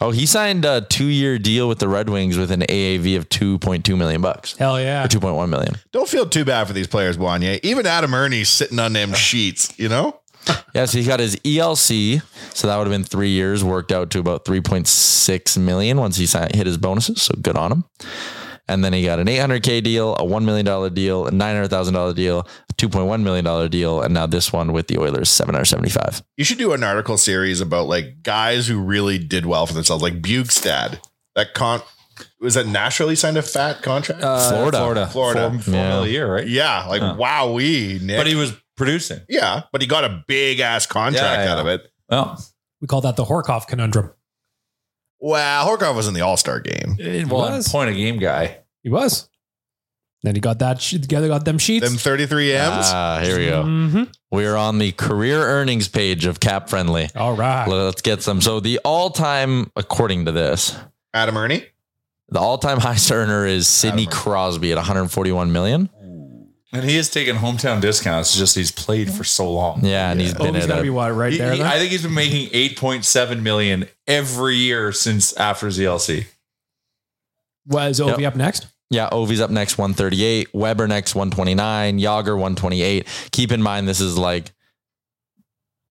S5: oh, he signed a two year deal with the Red Wings with an AAV of 2.2 million bucks
S6: Hell yeah!
S5: or 2.1 million.
S1: Don't feel too bad for these players, Wanye. Even Adam Ernie's sitting on them sheets, you know?
S5: Yeah, so he got his ELC. So that would have been three years, worked out to about 3.6 million once he signed, hit his bonuses. So good on him. And then he got an 800K deal, a $1 million deal, a $900,000 deal, a $2.1 million deal. And now this one with the Oilers, 775.
S1: You should do an article series about like guys who really did well for themselves, like Bugstad. That con was that naturally signed a fat contract.
S5: Florida.
S7: uh, Florida,
S1: Florida.
S7: four, four
S5: Yeah.
S7: mil a year, right?
S1: yeah, like
S7: Huh.
S1: wow, we Nick.
S7: But he was producing.
S1: yeah, but he got a big ass contract
S7: Yeah, yeah.
S1: out of it.
S7: Oh,
S6: We call that the Horkoff conundrum.
S1: Wow, Horkov was in the All Star game.
S7: well, point a game guy.
S6: He was. Then he got that sh- together, got them sheets.
S1: Them 33 M's.
S5: Ah, here we go.
S6: Mm-hmm.
S5: We're on the career earnings page of Cap Friendly.
S6: All right.
S5: Let's get some. So the all-time, according to this,
S1: Adam Ernie.
S5: The all-time highest earner is Sidney Crosby at 141 million.
S7: And he has taken hometown discounts. It's just he's played for so long.
S5: Yeah, and he's been
S6: Oh, he's
S5: at
S6: got to
S5: a-
S6: be what right
S7: He-
S6: there.
S7: he-
S6: then?
S7: I think he's been making 8.7 million every year since after ZLC.
S6: Well, is Ovi up next?
S5: Yeah, Ovi's up next 138, Weber next 129, Yager 128. Keep in mind this is like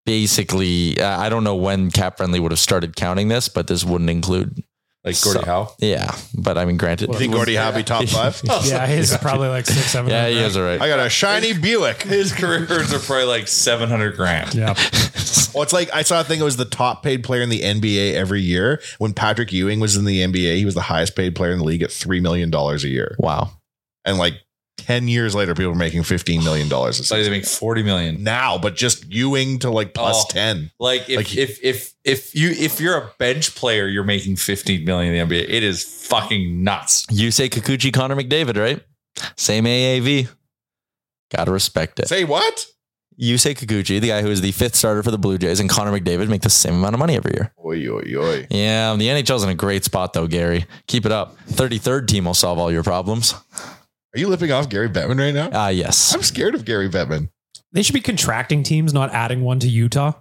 S5: basically uh, I don't know when Cap Friendly would have started counting this, but this wouldn't include
S7: Like Gordie
S5: So-
S7: Howe.
S5: yeah, but I mean granted.
S1: You think Gordy Howe be top five?
S6: yeah, he's probably like six, seven.
S5: yeah, you guys are right.
S1: I got a shiny Buick.
S7: His careers are probably like 700 grand.
S6: Yeah.
S1: Well, it's like I saw a thing. It was the top paid player in the NBA every year. When Patrick Ewing was in the NBA, he was the highest paid player in the league at three million dollars a year.
S5: Wow.
S1: And like ten years later, people were making fifteen million dollars a
S7: So they
S1: season
S7: make 40 million.
S1: now. But just Ewing to like plus
S7: Oh.
S1: ten.
S7: Like if,
S1: Like-
S7: if if if you if you're a bench player, you're making 15 million in the NBA. It is fucking nuts.
S5: You say Kikuchi Connor McDavid, right? Same AAV. Gotta respect it.
S1: Say what?
S5: You say Kikuchi, the guy who is the fifth starter for the Blue Jays, and Connor McDavid make the same amount of money every year.
S1: Oi oi oi.
S5: Yeah, the NHL's in a great spot though, Gary. Keep it up. 33rd team will solve all your problems.
S1: Are you lipping off Gary Bettman right now?
S5: Ah, yes.
S1: I'm scared of Gary Bettman.
S6: They should be contracting teams, not adding one to Utah.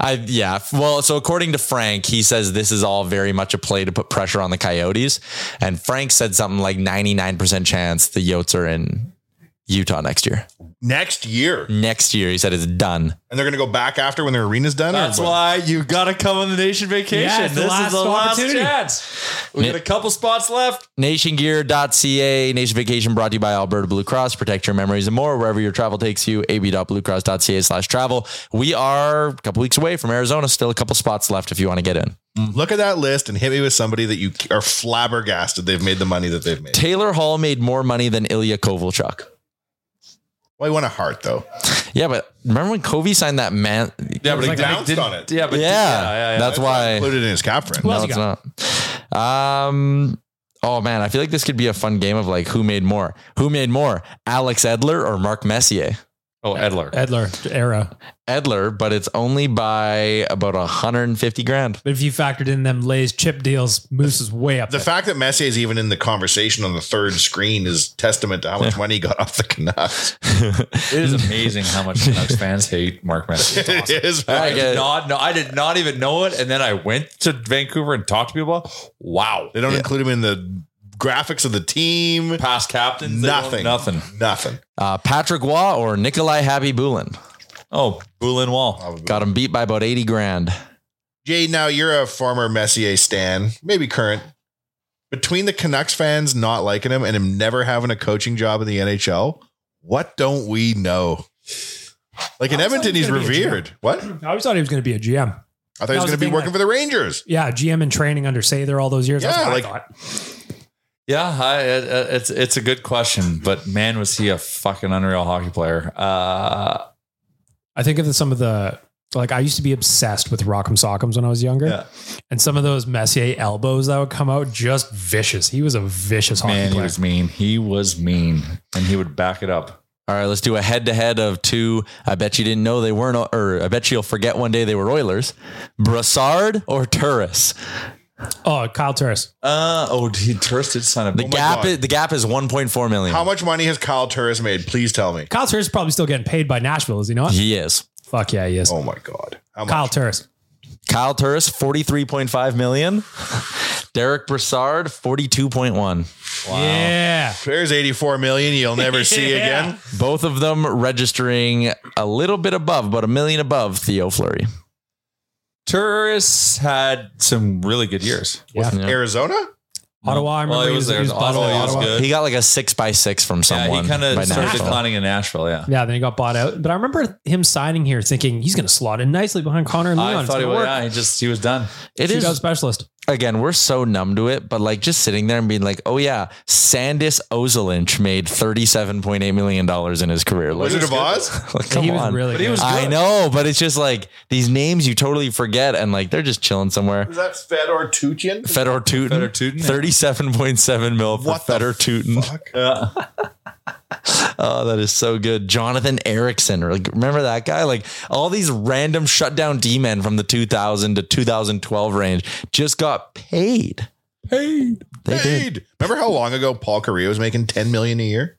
S5: I yeah. Well, so according to Frank, he says this is all very much a play to put pressure on the Coyotes. And Frank said something like 99% chance the Yotes are in Utah next year.
S1: Next year,
S5: Next year, he said it's done.
S1: and they're gonna go back after when their arena's done. or
S7: That's
S1: what?
S7: why you gotta come on the nation vacation.
S6: Yeah, it's
S7: this
S6: the last
S7: is the last
S6: opportunity.
S7: chance. We got a couple spots left.
S5: Nationgear.ca, Nation Vacation brought to you by Alberta Blue Cross. Protect your memories and more wherever your travel takes you. ab.bluecross.ca slash travel. We are a couple weeks away from Arizona. Still a couple spots left if you want to get in.
S1: Look at that list and hit me with somebody that you are flabbergasted they've made the money that they've made.
S5: Taylor Hall made more money than Ilya Kovalchuk.
S1: Well, he won a heart though.
S5: Yeah, but remember when Kovi signed that man?
S7: Yeah, but
S1: He
S7: he
S1: bounced
S7: didn't-
S1: on it.
S7: Yeah, but
S5: yeah, that's why.
S1: Included in his cap friend.
S6: Well-
S5: No,
S6: else
S5: it's not. Um, oh man, I feel like this could be a fun game of like who made more, who made more, Alex Edler or Mark Messier.
S7: Oh, Edler.
S6: Edler era.
S5: Edler, but it's only by about 150 grand.
S6: But if you factored in them Lay's chip deals, Moose is way up.
S1: The
S6: there.
S1: fact that Messier is even in the conversation on the third screen is testament to how much money he got off the Canucks.
S7: It is amazing how much Canucks fans hate Mark Messier.
S1: It is
S5: I
S7: I
S1: bad.
S5: get
S7: did
S5: it.
S7: not know. I did not even know it. And then I went to Vancouver and talked to people. Wow.
S1: They don't include him in the graphics of the team.
S7: Past captains. they don't-
S1: Nothing.
S7: Nothing.
S1: Nothing.
S5: Uh, Patrick Waugh or Nikolai Happy Bulin
S7: Oh, Boulin Wall.
S5: got him beat by about 80 grand.
S1: Jay, now you're a former Messier stan, maybe current. Between the Canucks fans not liking him and him never having a coaching job in the NHL, what don't we know? Like in
S6: I was
S1: Edmonton,
S6: like, he's
S1: he's
S6: gonna be a GM.
S1: revered. What? I
S6: I always thought he was going to be a GM.
S1: thought he
S6: was the
S1: was going to be
S6: thing
S1: working
S6: that-
S1: for the Rangers.
S6: Yeah, GM in training under Sather all those years. That's
S1: Yeah,
S6: what
S1: like-
S6: I thought.
S7: Yeah, I, it, it's it's a good question, but man, was he a fucking unreal hockey player? Uh,
S6: I think of the, some of the like I used to be obsessed with Rock'em Sock'ems when I was younger,
S7: yeah,
S6: and some of those Messier elbows that would come out just vicious. He was a vicious hockey
S7: man, he
S6: player.
S7: was mean. He was mean, and he would back it up.
S5: All right, let's do a head to head of two. I bet you didn't know they weren't, or I bet you'll forget one day they were Oilers. Brassard or Turris?
S6: oh, Kyle Turris.
S7: Uh oh, he did sign up. Oh
S5: The gap
S1: God.
S5: is the gap is 1.4 million.
S1: How much money has Kyle Turris made? Please tell me.
S6: Kyle Turris is probably still getting paid by Nashville, is he not?
S5: He is.
S6: Fuck yeah, he is.
S1: Oh my God. How much?
S6: Kyle Turris.
S5: Kyle Turris, 43.5 million. Derek Brassard, 42.1.
S6: Yeah.
S1: There's 84 million you'll never see
S6: Yeah.
S1: again.
S5: Both of them registering a little bit above, but a million above Theo Fleury.
S7: Turris had some really good years.
S6: Yeah.
S1: Arizona?
S6: Ottawa, I remember
S7: Well, he was there. Ottawa,
S6: bought
S7: he
S6: out.
S7: was good.
S5: He got like a six by six from
S7: Yeah,
S5: someone.
S7: he kind of
S5: by
S7: started
S5: Nashville.
S7: declining in Nashville. Yeah,
S6: Yeah, then he got bought out. But I remember him signing here thinking he's going to slot in nicely behind Connor and Leon.
S7: I
S6: It's
S7: thought he
S6: gonna
S7: was.
S6: work.
S7: Yeah, he just he was done.
S5: It
S6: Shootout
S5: is
S6: specialist.
S5: again, we're so numb to it, but like just sitting there and being like, oh yeah, Sandis Ozelinch made $37.8 million in his career. Like,
S1: Wizard of Oz?
S5: like, come on. I know, but it's just like these names you totally forget and like they're just chilling somewhere.
S1: Is that Fedor Tuchin?
S5: Fedor Tutin.
S7: Fedor Tutin, yeah.
S5: 37.7 mil for Fedor Tutin. oh, that is so good. Jonathan Erickson. Like, remember that guy? Like all these random shutdown D men from the 2000 to 2012 range just got paid.
S1: Paid.
S5: They
S1: paid. Remember how long ago Paul Correa was making 10 million a year?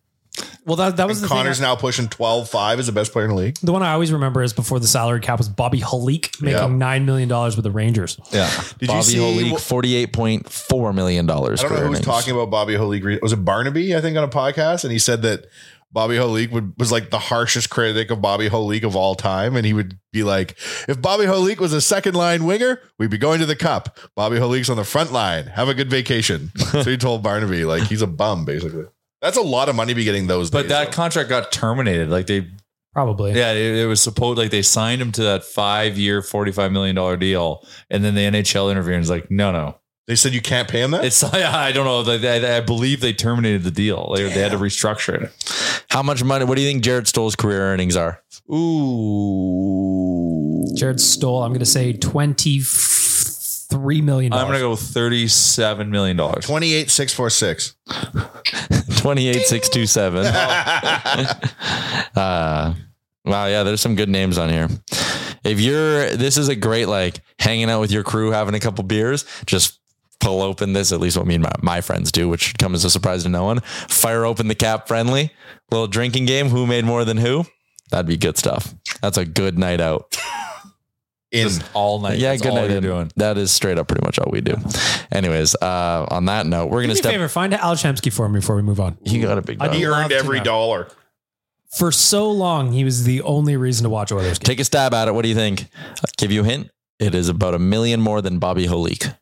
S6: Well, that, that was the
S1: Connor's
S6: thing. I-
S1: now pushing 12 5 as the best player in the league.
S6: the one I always remember is before the salary cap was Bobby Halik making
S1: Yeah.
S6: $9 million with the Rangers.
S5: Yeah.
S1: Did you
S5: Bobby
S1: see
S5: Holik,
S1: what-
S5: $48.4 million.
S1: I don't know who was talking about Bobby Holik. re- Was it Barnaby? I think on a podcast, and he said that Bobby Holik would, was like the harshest critic of Bobby Holik of all time, and he would be like, "If Bobby Holik was a second line winger, we'd be going to the cup. Bobby Holik's on the front line. Have a good vacation." so he told Barnaby like he's a bum, basically. That's a lot of money to be getting those
S7: But
S1: days.
S7: that contract got terminated. Like they,
S6: Probably.
S7: yeah, it, it was supposed like they signed him to that five year, forty five million dollar deal, and then the NHL intervened. and is like, no, no,
S1: they said you can't pay him that.
S7: it's I don't know. They, they- I believe they terminated the deal. They, they had to restructure it.
S5: How much money? What do you think Jared Stoll's career earnings are?
S7: Ooh,
S6: Jared Stoll, I'm going to say $23 million.
S7: I'm gonna go thirty seven million dollars.
S1: Twenty eight six four six.
S5: 28627. Oh. uh, wow, yeah, there's some good names on here. If you're, this is a great like hanging out with your crew, having a couple beers, just pull open this, at least what me and my, my friends do, which should come as a surprise to no one. Fire open the cap friendly, little drinking game, who made more than who? That'd be good stuff. That's a good night out. Uh,
S1: In
S7: Just all night.
S5: yeah,
S7: That's
S5: good
S7: all
S5: night.
S7: you're
S5: in.
S7: doing.
S5: That is straight up pretty much all we do. Anyways, uh, on that note, we're
S6: Do
S5: gonna
S6: me a
S5: step.
S6: favor, find Al Shamsky for me before we move on.
S5: He got a big.
S6: I'd
S5: dog.
S6: be
S1: he
S6: love
S1: earned
S6: to
S1: every
S6: know.
S1: dollar.
S6: For so long, he was the only reason to watch Oilers games.
S5: Take a stab at it. What do you think? I'll give you a hint. It is about a million more than Bobby Holik.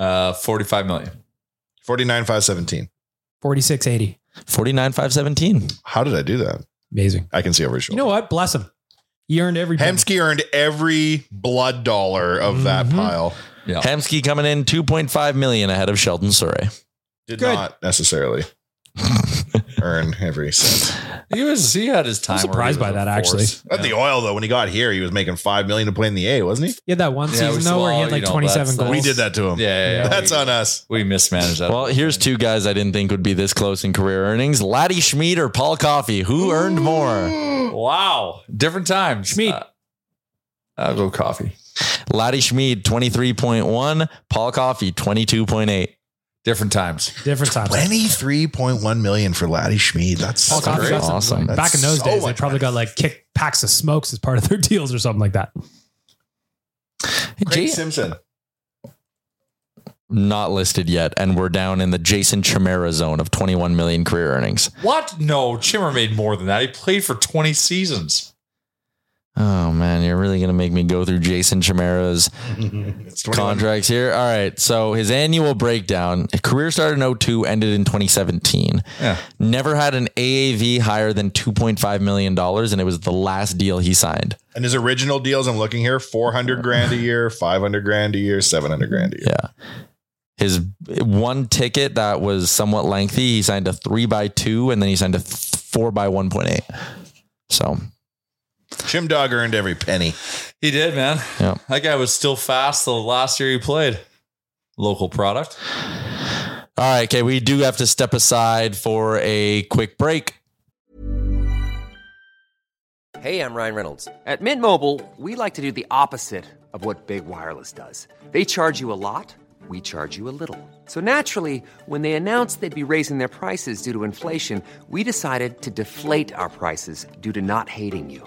S7: Uh, forty five million.
S1: Forty nine five seventeen.
S6: 4680.
S5: 49,517.
S1: How did I do that?
S6: Amazing.
S1: I can see over his
S6: You
S1: shoulder.
S6: know what? Bless him. He earned every penny.
S1: Hemsky earned every blood dollar of that
S6: Mhm.
S1: pile.
S7: Yeah.
S5: Hemsky coming in 2.5 million ahead of Sheldon Surrey.
S1: Did
S6: Good.
S1: not necessarily earn every cent.
S7: He was. He had his time.
S6: I'm
S7: where he
S6: surprised
S7: was
S6: by
S7: a
S6: that,
S7: force.
S6: actually.
S1: At the oil though, when he got here, he was making five million to play in the A, wasn't he?
S6: He had that one
S7: Yeah,
S6: season
S7: we
S6: though where he
S7: saw-
S6: had like
S7: you know,
S6: 27
S7: that's-
S6: goals.
S1: We did that to him.
S7: Yeah, yeah, yeah.
S1: that's
S7: we,
S1: on us.
S7: We mismanaged that.
S5: Well, here's two guys I didn't think would be this close in career earnings Laddie Schmid or Paul Coffey. Who earned more?
S7: Wow. Different times.
S6: Schmid.
S7: Uh, I'll go coffee.
S5: Laddie Schmid, 23.1. Paul Coffey, 22.8.
S7: Different times.
S6: Different times.
S1: Twenty-three point one million for Laddie Schmid. That's
S6: All
S1: so
S6: kinds of
S1: great.
S6: stuff.
S5: Awesome.
S6: Back in those
S1: so
S6: days, they
S1: much
S6: probably got like kick packs of smokes as part of their deals or something like that.
S1: Craig
S5: Jay-
S1: Simpson.
S5: not listed yet. And we're down in the Jason Chimera zone of 21 million career earnings.
S7: What? No, Chimmer made more than that. He played for 20 seasons.
S5: Oh, man. You're really going to make me go through Jason Chimera's
S1: It's 21.
S5: contracts here. All right. So his annual breakdown career started in 02, ended in 2017.
S7: Yeah.
S5: Never had an AAV higher than $2.5 million, and it was the last deal he signed.
S1: And his original deals, I'm looking here, four hundred grand a year, five hundred grand a year, seven hundred grand a year.
S5: Yeah. His one ticket that was somewhat lengthy, he signed a three by two, and then he signed a th- four by 1.8. So
S1: Jim Dog earned every penny.
S7: He did, man.
S5: Yeah.
S7: That guy was still fast the last year he played. Local product.
S5: All right, okay, we do have to step aside for a quick break.
S9: Hey, I'm Ryan Reynolds. At Mint Mobile, we like to do the opposite of what Big Wireless does. They charge you a lot, we charge you a little. So naturally, when they announced they'd be raising their prices due to inflation, we decided to deflate our prices due to not hating you.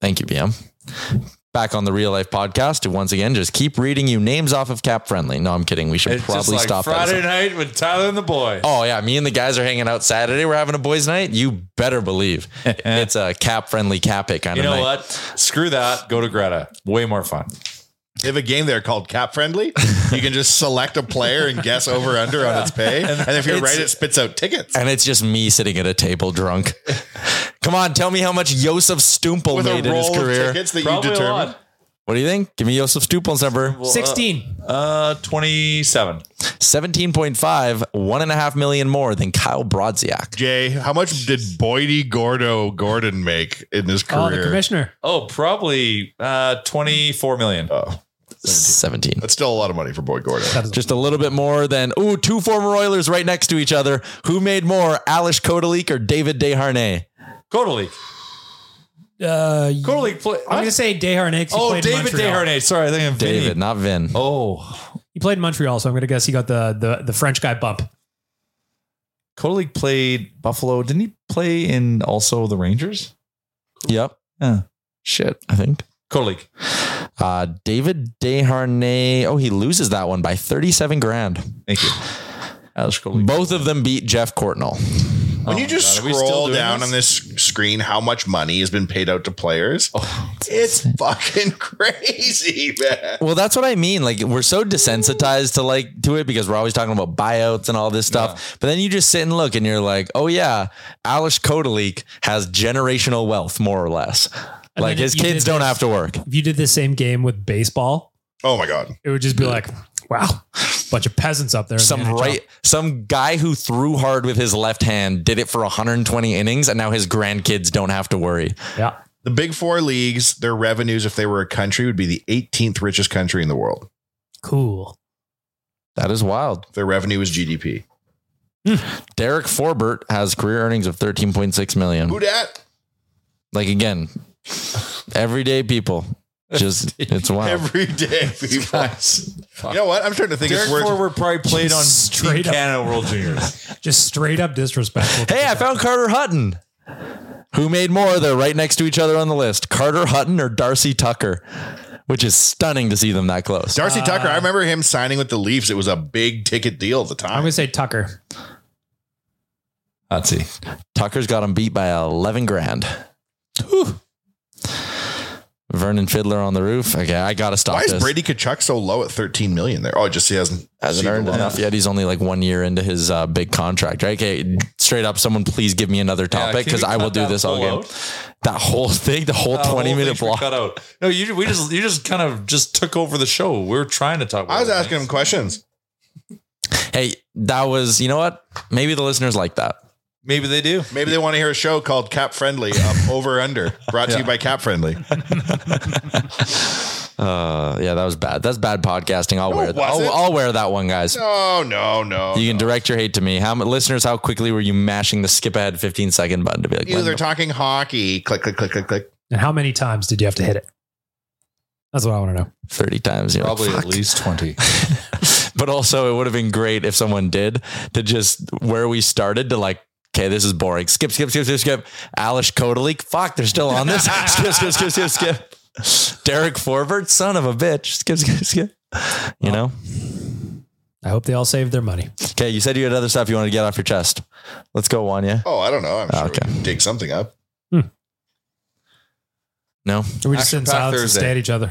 S5: Thank you, BM. Back on the real life podcast to once again just keep reading you names off of Cap Friendly. No, I'm kidding. We should
S7: It's just
S5: probably
S7: like
S5: stop
S7: Friday
S5: that.
S7: night with Tyler and the boys.
S5: Oh yeah, me and the guys are hanging out Saturday. We're having a boys' night. You better believe it's a cap friendly cap it kind
S7: You
S5: of
S7: know
S5: night.
S7: what? Screw that. Go to Greta. Way more fun.
S1: They have a game there called Cap Friendly. You can just select a player and guess over under on its pay. And if you're
S5: It's-
S1: right, it spits out tickets.
S5: And it's just me sitting at a table drunk. Come on, tell me how much Josef Stumpel
S1: With a
S5: made in his
S1: roll of
S5: career.
S1: tickets that you Probably a determined. lot.
S5: What do you think? Give me Josef Stumpel's number.
S6: 16.
S5: Uh, 27. 17.5, one and a half million more than Kyle Brodziak.
S1: Jay, how much did Boydie Gordo Gordon make in his career?
S6: Oh, the commissioner.
S7: Oh, probably uh, 24 million.
S1: Oh.
S5: 17.
S1: That's still a lot of money for Boyd Gordo.
S5: Just a little bit more than, ooh, two former Oilers right next to each other. Who made more, Alish Kodalik or David DeHarnay?
S7: Kodalik.
S6: Uh,
S7: Kodalik play-
S6: I'm going to say Deharnay.
S7: Oh, David Deharnay. Sorry, I think I'm
S5: David,
S7: Vinny.
S5: not Vin.
S7: Oh.
S6: He played in Montreal, so I'm going to guess he got the, the, the French guy bump.
S5: Kodalik played Buffalo. Didn't he play in also the Rangers? Yep. Shit, I think.
S7: Kodalik.
S5: Uh, David DeHarnay. Oh, he loses that one by 37 grand.
S7: Thank you.
S5: Both of them beat Jeff Cortnell.
S1: When
S5: Oh
S1: you
S5: my
S1: just
S5: God, are we still
S1: scroll
S5: doing
S1: down
S5: this?
S1: on this screen how much money has been paid out to players,
S5: Oh,
S1: it's fucking crazy, man.
S5: Well, that's what I mean. Like we're so desensitized to like to it because we're always talking about buyouts and all this stuff. But then you just sit and look and you're like, oh yeah, Alish Kodalik has generational wealth, more or less.
S6: And
S5: like
S6: then
S5: his
S6: you
S5: kids
S6: did
S5: don't
S6: this-
S5: have to work.
S6: If you did the same game with baseball,
S1: Oh my God.
S6: it would just be like, wow, bunch of peasants up there. in the
S5: Some
S6: NHL.
S5: right some guy who threw hard with his left hand did it for 120 innings and now his grandkids don't have to worry.
S6: Yeah.
S1: The big four leagues, their revenues, if they were a country, would be the 18th richest country in the world.
S6: Cool.
S5: That is wild.
S1: Their revenue is GDP.
S5: Derek Forbert has career earnings of 13.6 million.
S1: Who dat?
S5: Like again, everyday people. Just it's wild.
S1: Every day, people. you know what? I'm trying to think.
S7: Derek
S1: it's worth.
S7: Forward probably played on Team
S6: straight up.
S7: Canada World Juniors.
S6: Just straight up disrespectful.
S5: Hey, I found Carter Hutton. Who made more? They're right next to each other on the list. Carter Hutton or Darcy Tucker, which is stunning to see them that close.
S1: Darcy Tucker. I remember him signing with the Leafs. It was a big ticket deal at the
S6: I'm
S1: time.
S6: going to say Tucker.
S5: Let's see. Tucker's got him beat by 11 grand. Whew. Vernon Fiddler on the roof. Okay, I got to stop
S1: Why is
S5: this.
S1: Brady Kachuk so low at 13 million there? Oh, just he hasn't
S5: hasn't earned enough yet. He's only like one year into his uh, big contract, right? Okay, straight up, someone please give me another topic
S7: can
S5: because
S7: we
S5: I will
S7: cut
S5: do
S7: that
S5: this all
S7: whole
S5: game. That whole thing, the whole 20
S7: Uh, whole
S5: minute
S7: things were
S5: block.
S7: cut out. No, you we just you just kind of just took over the show. We were trying to talk.
S1: I was asking him questions.
S5: Hey, that was, you know what? Maybe the listeners like that.
S7: Maybe they do.
S1: Maybe they want to hear a show called Cap Friendly up over under, brought to you by Cap Friendly.
S5: Uh, yeah, that was bad. That's bad podcasting. I'll
S1: No,
S5: wear
S1: it
S5: that. I'll,
S1: wasn't.
S5: I'll wear that one, guys.
S1: No, no, Oh, no.
S5: you can direct your hate to me. How many listeners? How quickly were you mashing the skip ahead 15 second button to be like,
S1: You know,
S5: when
S1: they're
S5: the-
S1: talking hockey. Click, click, click, click, click.
S6: And how many times did you have to hit it? That's what I want to know.
S5: 30 times? You're like,
S7: Probably at
S5: "Fuck."
S7: least 20.
S5: But also, it would have been great if someone did to just where we started to like. Okay, this is boring. Skip, skip, skip, skip, skip. Alish Kodalik. Fuck, they're still on this. skip, skip, skip, skip, skip. Derek Forvert, son of a bitch. Skip, skip, skip. You know?
S6: I hope they all saved their money.
S5: Okay, you said you had other stuff you wanted to get off your chest. Let's go, Wanya.
S1: Oh, I don't know. I'm sure
S5: Ah, Okay.
S1: we can dig something up.
S5: No.
S6: Or we just sit in
S5: Action-packed
S6: silence and
S5: Thursday.
S6: stay at each other.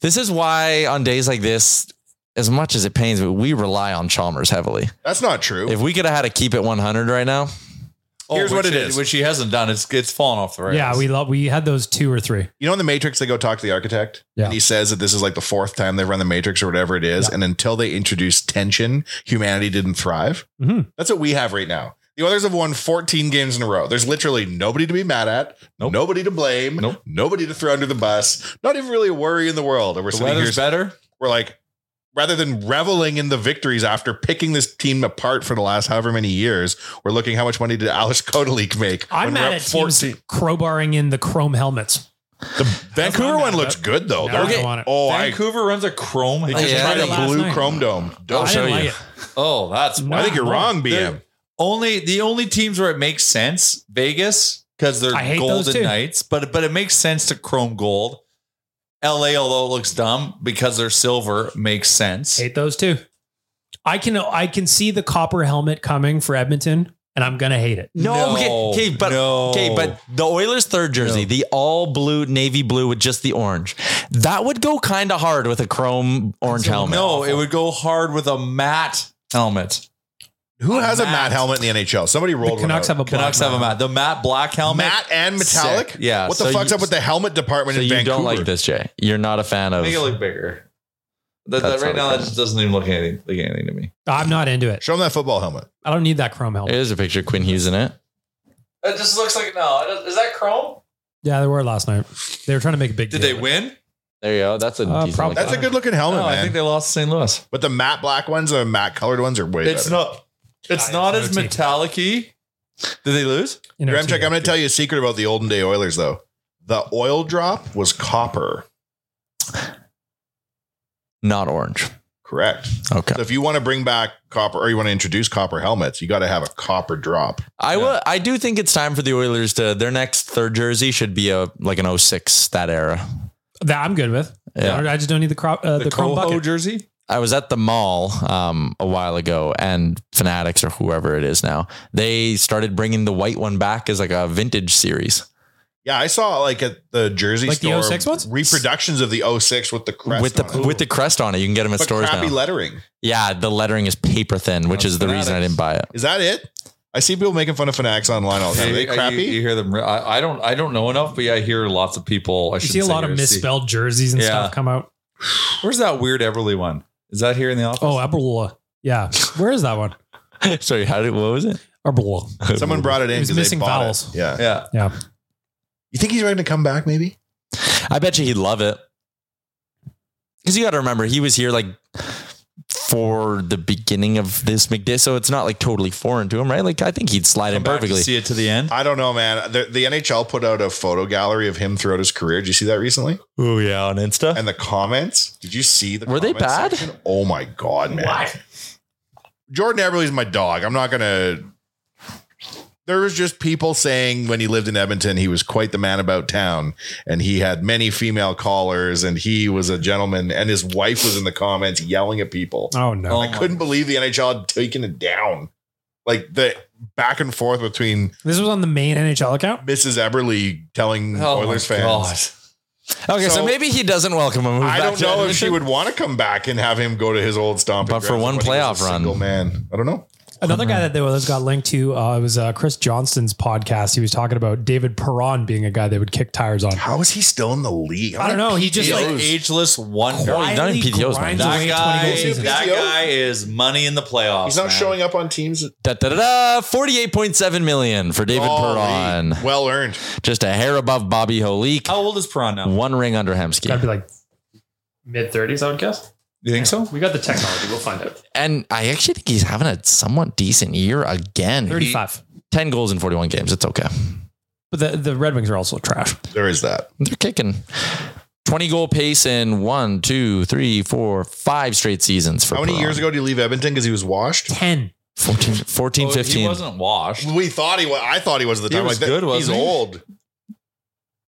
S5: This is why on days like this, as much as it pains me, we rely on Chalmers heavily.
S1: That's not true.
S5: If we could have had a keep it 100 right now,
S1: Here's what
S7: which
S1: it is.
S7: which he hasn't done. It's it's fallen off the rails.
S6: Yeah, we love we had those two or three.
S1: You know, in the Matrix, they go talk to the architect, and he says that this is like the fourth time they've run the Matrix or whatever it is. And until they introduced tension, humanity didn't thrive.
S6: Mhm.
S1: That's what we have right now. The others have won 14 games in a row. There's literally nobody to be mad at, nobody to blame, nobody to throw under the bus, not even really a worry in the world. And we're
S7: The
S1: sitting here,
S7: weather's better?
S1: We're like, rather than reveling in the victories after picking this team apart for the last however many years, we're looking how much money did Alice Kodalik make?
S6: I'm
S1: when we're
S6: mad
S1: up
S6: at teams crowbarring in the chrome helmets.
S1: Vancouver one looks good though.
S6: No,
S1: They're-
S6: I don't want it.
S1: Oh,
S7: Vancouver runs a chrome.
S1: I they just
S7: Oh, Yeah.
S1: tried
S7: Last
S1: a blue
S7: night.
S1: chrome dome.
S7: I'll
S1: I'll
S7: show
S1: you.
S7: you. Oh, that's.
S1: I think you're wrong, BM.
S7: The- Only the only teams where it makes sense Vegas because they're
S6: I hate those
S7: Golden
S6: too.
S7: Knights, but but it makes sense to Chrome Gold. L.A. although it looks dumb because they're silver makes sense.
S6: Hate those too. I can I can see the copper helmet coming for Edmonton, and I'm gonna hate it.
S5: No, okay, okay, but
S7: no.
S5: okay, but the Oilers' third jersey, the all blue, navy blue with just the orange, that would go kind of hard with a chrome orange helmet.
S7: No, it would go hard with a matte helmet.
S1: Who has a matte helmet in the NHL? Somebody rolled one
S7: Canucks
S1: out.
S7: have a black Canucks have a matte. The matte black helmet.
S1: Matte and metallic.
S7: Sick. Yeah.
S1: What the
S7: so
S1: fuck's
S7: you-
S1: up with the helmet department
S5: So
S1: in
S5: you
S1: Vancouver?
S5: don't like this, Jay? You're not a fan of.
S7: Make it look bigger. That, that
S5: That's not
S7: right now,
S5: okay.
S7: that just doesn't even look anything, like anything to me.
S6: I'm not into it.
S1: Show them that football helmet.
S6: I don't need that chrome helmet.
S5: There's a picture of Quinn Hughes in it.
S7: It just looks like no. Is that chrome?
S6: Yeah, they were last night. They were trying to make a big.
S7: Did
S6: deal.
S7: they win?
S5: There you go. That's a
S6: Uh,
S5: decent
S6: probably.
S5: looking-
S1: That's a good looking helmet,
S7: No, I
S1: Oh, man.
S7: think they lost St. Louis.
S1: but the matte black ones and the matte colored ones are way
S7: It's
S1: better.
S7: not. It's not as metallic Did they lose?
S1: Graham Check, I'm going to tell you a secret about the olden day Oilers, though. The oil drop was copper.
S5: Not orange.
S1: Correct.
S5: Okay.
S1: So if you want to bring back copper or you want to introduce copper helmets, you got to have a copper drop.
S5: I will. I do think it's time for the Oilers to their next third jersey should be a like an 06 that era.
S6: That I'm good with.
S5: Yeah.
S6: I just don't need the, cro- uh, the, chrome bucket.
S7: jersey.
S5: I was at the mall um, a while ago, and Fanatics or whoever it is now, they started bringing the white one back as like a vintage series
S1: Yeah, I saw like at the Jersey
S6: Like the
S1: store
S6: 06 ones?
S1: reproductions of the 06 with the crest
S5: with the
S1: on it.
S5: with the crest on it. You can get them at
S1: but
S5: stores
S1: crappy Oh,
S5: now.
S1: lettering.
S5: yeah, the lettering is paper thin, which is the reason I didn't buy it.
S1: Is that it? I see people making fun of Fanatics online all the time. Are they
S7: You-
S1: crappy?
S7: You, you hear them. I, I don't. I don't know enough, but yeah, I hear lots of people. I
S6: You
S7: should
S6: see a
S7: say
S6: lot of
S7: here, see-
S6: misspelled jerseys and
S7: Yeah.
S6: stuff come out.
S7: Where's that weird Everly one? Is that here in the office?
S6: Oh, Eberloa. Yeah. Where is that one?
S5: Sorry, how did what was it?
S6: Eberloa.
S1: Someone brought it in
S6: He's
S1: because they
S6: missing
S1: bought
S6: vowels.
S1: It. Yeah.
S7: yeah.
S6: Yeah.
S1: You think he's ready to come back? Maybe.
S5: I bet you he'd love it. Because you got to remember, he was here like for the beginning of this McDay, so it's not like totally foreign to him, right? Like I think he'd slide in
S7: Come back to
S5: perfectly.
S7: See it to the end.
S1: I don't know, man. The, the NHL put out a photo gallery of him throughout his career. Did you see that recently?
S5: Oh yeah, on Insta.
S1: And the comments. Did you see the?
S5: Were they
S1: comment
S5: bad?
S1: section? Oh my god, man! Jordan Everly's my dog. I'm not gonna. There was just people saying when he lived in Edmonton, he was quite the man about town, and he had many female callers, and he was a gentleman, and his wife was in the comments yelling at people.
S6: Oh no.
S1: I couldn't believe the NHL had taken it down. Like the back and forth between
S6: This was on the main NHL account.
S1: Mrs. Eberly telling
S7: Oh,
S1: Oilers
S7: my
S1: fans.
S5: okay, so,
S1: So-
S5: maybe he doesn't welcome him.
S1: I
S5: back
S1: don't
S5: to
S1: know if
S5: Edmonton.
S1: she would want to come back and have him go to his old stomping.
S5: But for
S1: grounds
S5: one
S1: when he was
S5: playoff
S1: a
S5: run.
S1: single man, I don't know.
S6: Another guy that they was got linked to uh, it was uh, Chris Johnston's podcast. He was talking about David Perron being a guy they would kick tires on.
S1: How is he still in the league?
S6: I don't know. He just
S7: He's
S6: like
S7: an ageless wonder.
S5: Well, he's not in
S6: quietly
S5: PTOs, man.
S6: grinds
S7: That
S6: away at 20 goal
S7: guy,
S6: seasons.
S7: that
S1: PTO?
S7: guy is money in the playoffs.
S1: He's not
S7: man.
S1: showing up on teams.
S5: Da, da, da, da, 48.7 million for David
S1: Golly,
S5: Perron.
S1: well earned.
S5: Just a hair above Bobby Holik.
S7: How old is Perron now?
S5: One ring under
S6: Gotta
S5: Hemsky.
S6: be like mid thirties, I would guess.
S7: You think so?
S6: We got the technology. We'll find out.
S5: And I actually think he's having a somewhat decent year again.
S6: Thirty-five.
S5: 10 goals in 41 games. It's okay.
S6: But the, the Red Wings are also trash.
S1: There is that.
S5: They're kicking. 20 goal pace in one, two, three, four, five straight seasons for
S1: How many
S5: Perron.
S1: years ago did he leave Edmonton because he was washed?
S6: Ten.
S5: 14, 14
S7: Oh,
S5: 15.
S7: He wasn't washed.
S1: We thought he was. I thought he was at the
S7: He
S1: time.
S7: was
S1: like that-
S7: good,
S1: he's
S7: wasn't he?
S1: old.